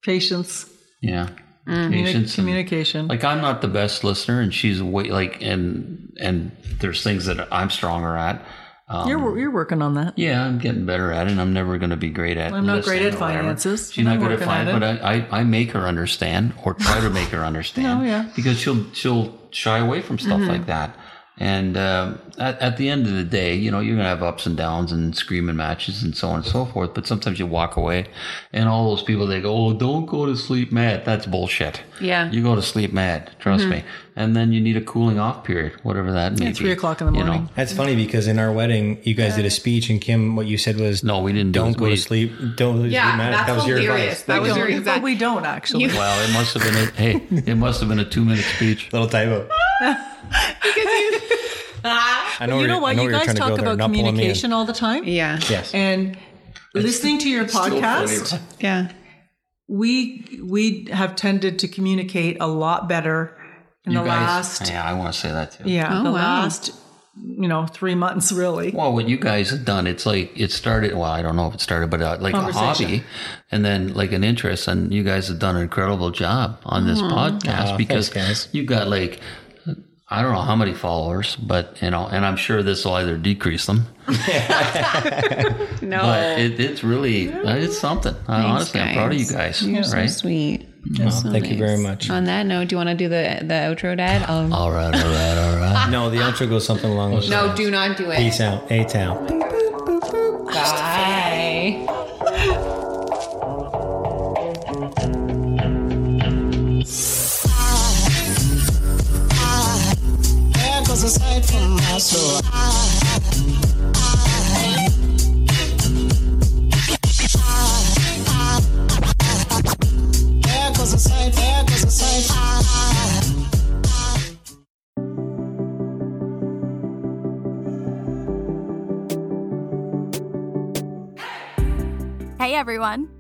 [SPEAKER 7] Patience,
[SPEAKER 5] Yeah.
[SPEAKER 6] Mm-hmm.
[SPEAKER 7] communi-
[SPEAKER 5] Patience and-
[SPEAKER 7] communication.
[SPEAKER 5] like I'm not the best listener, and she's way like and and there's things that I'm stronger at. Um,
[SPEAKER 7] you're, you're working on that.
[SPEAKER 5] yeah, I'm getting better at it. and I'm never going to be great at.
[SPEAKER 7] I'm not great at
[SPEAKER 5] listening or whatever.
[SPEAKER 7] finances,
[SPEAKER 5] She's
[SPEAKER 7] and
[SPEAKER 5] not
[SPEAKER 7] I'm
[SPEAKER 5] good at
[SPEAKER 7] working at
[SPEAKER 5] finance, but I, I I make her understand or try to make her understand.
[SPEAKER 7] No, Oh, yeah. Mm-hmm.
[SPEAKER 5] because she'll she'll shy away from stuff like that. And uh, at, at the end of the day, you know, you're going to have ups and downs and screaming matches and so on and so forth. But sometimes you walk away, and all those people, they go, Oh, don't go to sleep mad. That's bullshit.
[SPEAKER 6] Yeah.
[SPEAKER 5] You go to sleep mad, trust me. And then you need a cooling off period, whatever that may be.
[SPEAKER 7] Mm-hmm. three o'clock in the
[SPEAKER 5] you know.
[SPEAKER 7] morning.
[SPEAKER 1] That's funny because in our wedding, you guys did a speech, and Kim, what you said was,
[SPEAKER 5] No, we didn't do
[SPEAKER 1] Don't
[SPEAKER 5] it.
[SPEAKER 1] go
[SPEAKER 5] We-
[SPEAKER 1] to sleep. Don't lose your mind. That was your advice.
[SPEAKER 6] That was your
[SPEAKER 7] Don't- but
[SPEAKER 6] exact.
[SPEAKER 7] we don't actually.
[SPEAKER 5] Well, it must have been a, hey, it must have been a two minute speech.
[SPEAKER 1] Little typo. I know
[SPEAKER 7] you
[SPEAKER 1] where-
[SPEAKER 7] know
[SPEAKER 1] I
[SPEAKER 7] what?
[SPEAKER 1] know
[SPEAKER 7] You
[SPEAKER 1] where you're
[SPEAKER 7] guys
[SPEAKER 1] trying to go
[SPEAKER 7] talk
[SPEAKER 1] there,
[SPEAKER 7] about
[SPEAKER 1] not pulling me in.
[SPEAKER 7] communication all the time.
[SPEAKER 6] yeah.
[SPEAKER 1] Yes.
[SPEAKER 7] And listening to your podcast,
[SPEAKER 6] Yeah.
[SPEAKER 7] we we have tended to communicate a lot better in the last
[SPEAKER 5] yeah, I want to say that too.
[SPEAKER 7] yeah the
[SPEAKER 6] wow.
[SPEAKER 7] last you know three months really.
[SPEAKER 5] Well, what you guys have done, it's like it started. Well, I don't know if it started, but uh, like a
[SPEAKER 7] Conversation.
[SPEAKER 5] hobby, and then like an interest, and you guys have done an incredible job on this
[SPEAKER 7] Mm-hmm.
[SPEAKER 5] podcast because
[SPEAKER 1] guys.
[SPEAKER 5] you got like I don't know how many followers, but you know, and I'm sure this will either decrease them,
[SPEAKER 6] No.
[SPEAKER 7] Oh.
[SPEAKER 5] but it, it's really uh, it's something. I honestly, I'm proud of you guys.
[SPEAKER 6] You're so
[SPEAKER 5] right?
[SPEAKER 6] sweet.
[SPEAKER 1] Thank you very much.
[SPEAKER 6] On that note, do you want to do the the outro, Dad? Um,
[SPEAKER 5] All right, all right, all right.
[SPEAKER 1] No, the outro goes something along those lines.
[SPEAKER 6] no, do not do it.
[SPEAKER 1] Peace out. A town.
[SPEAKER 6] Bye.
[SPEAKER 11] Hey everyone,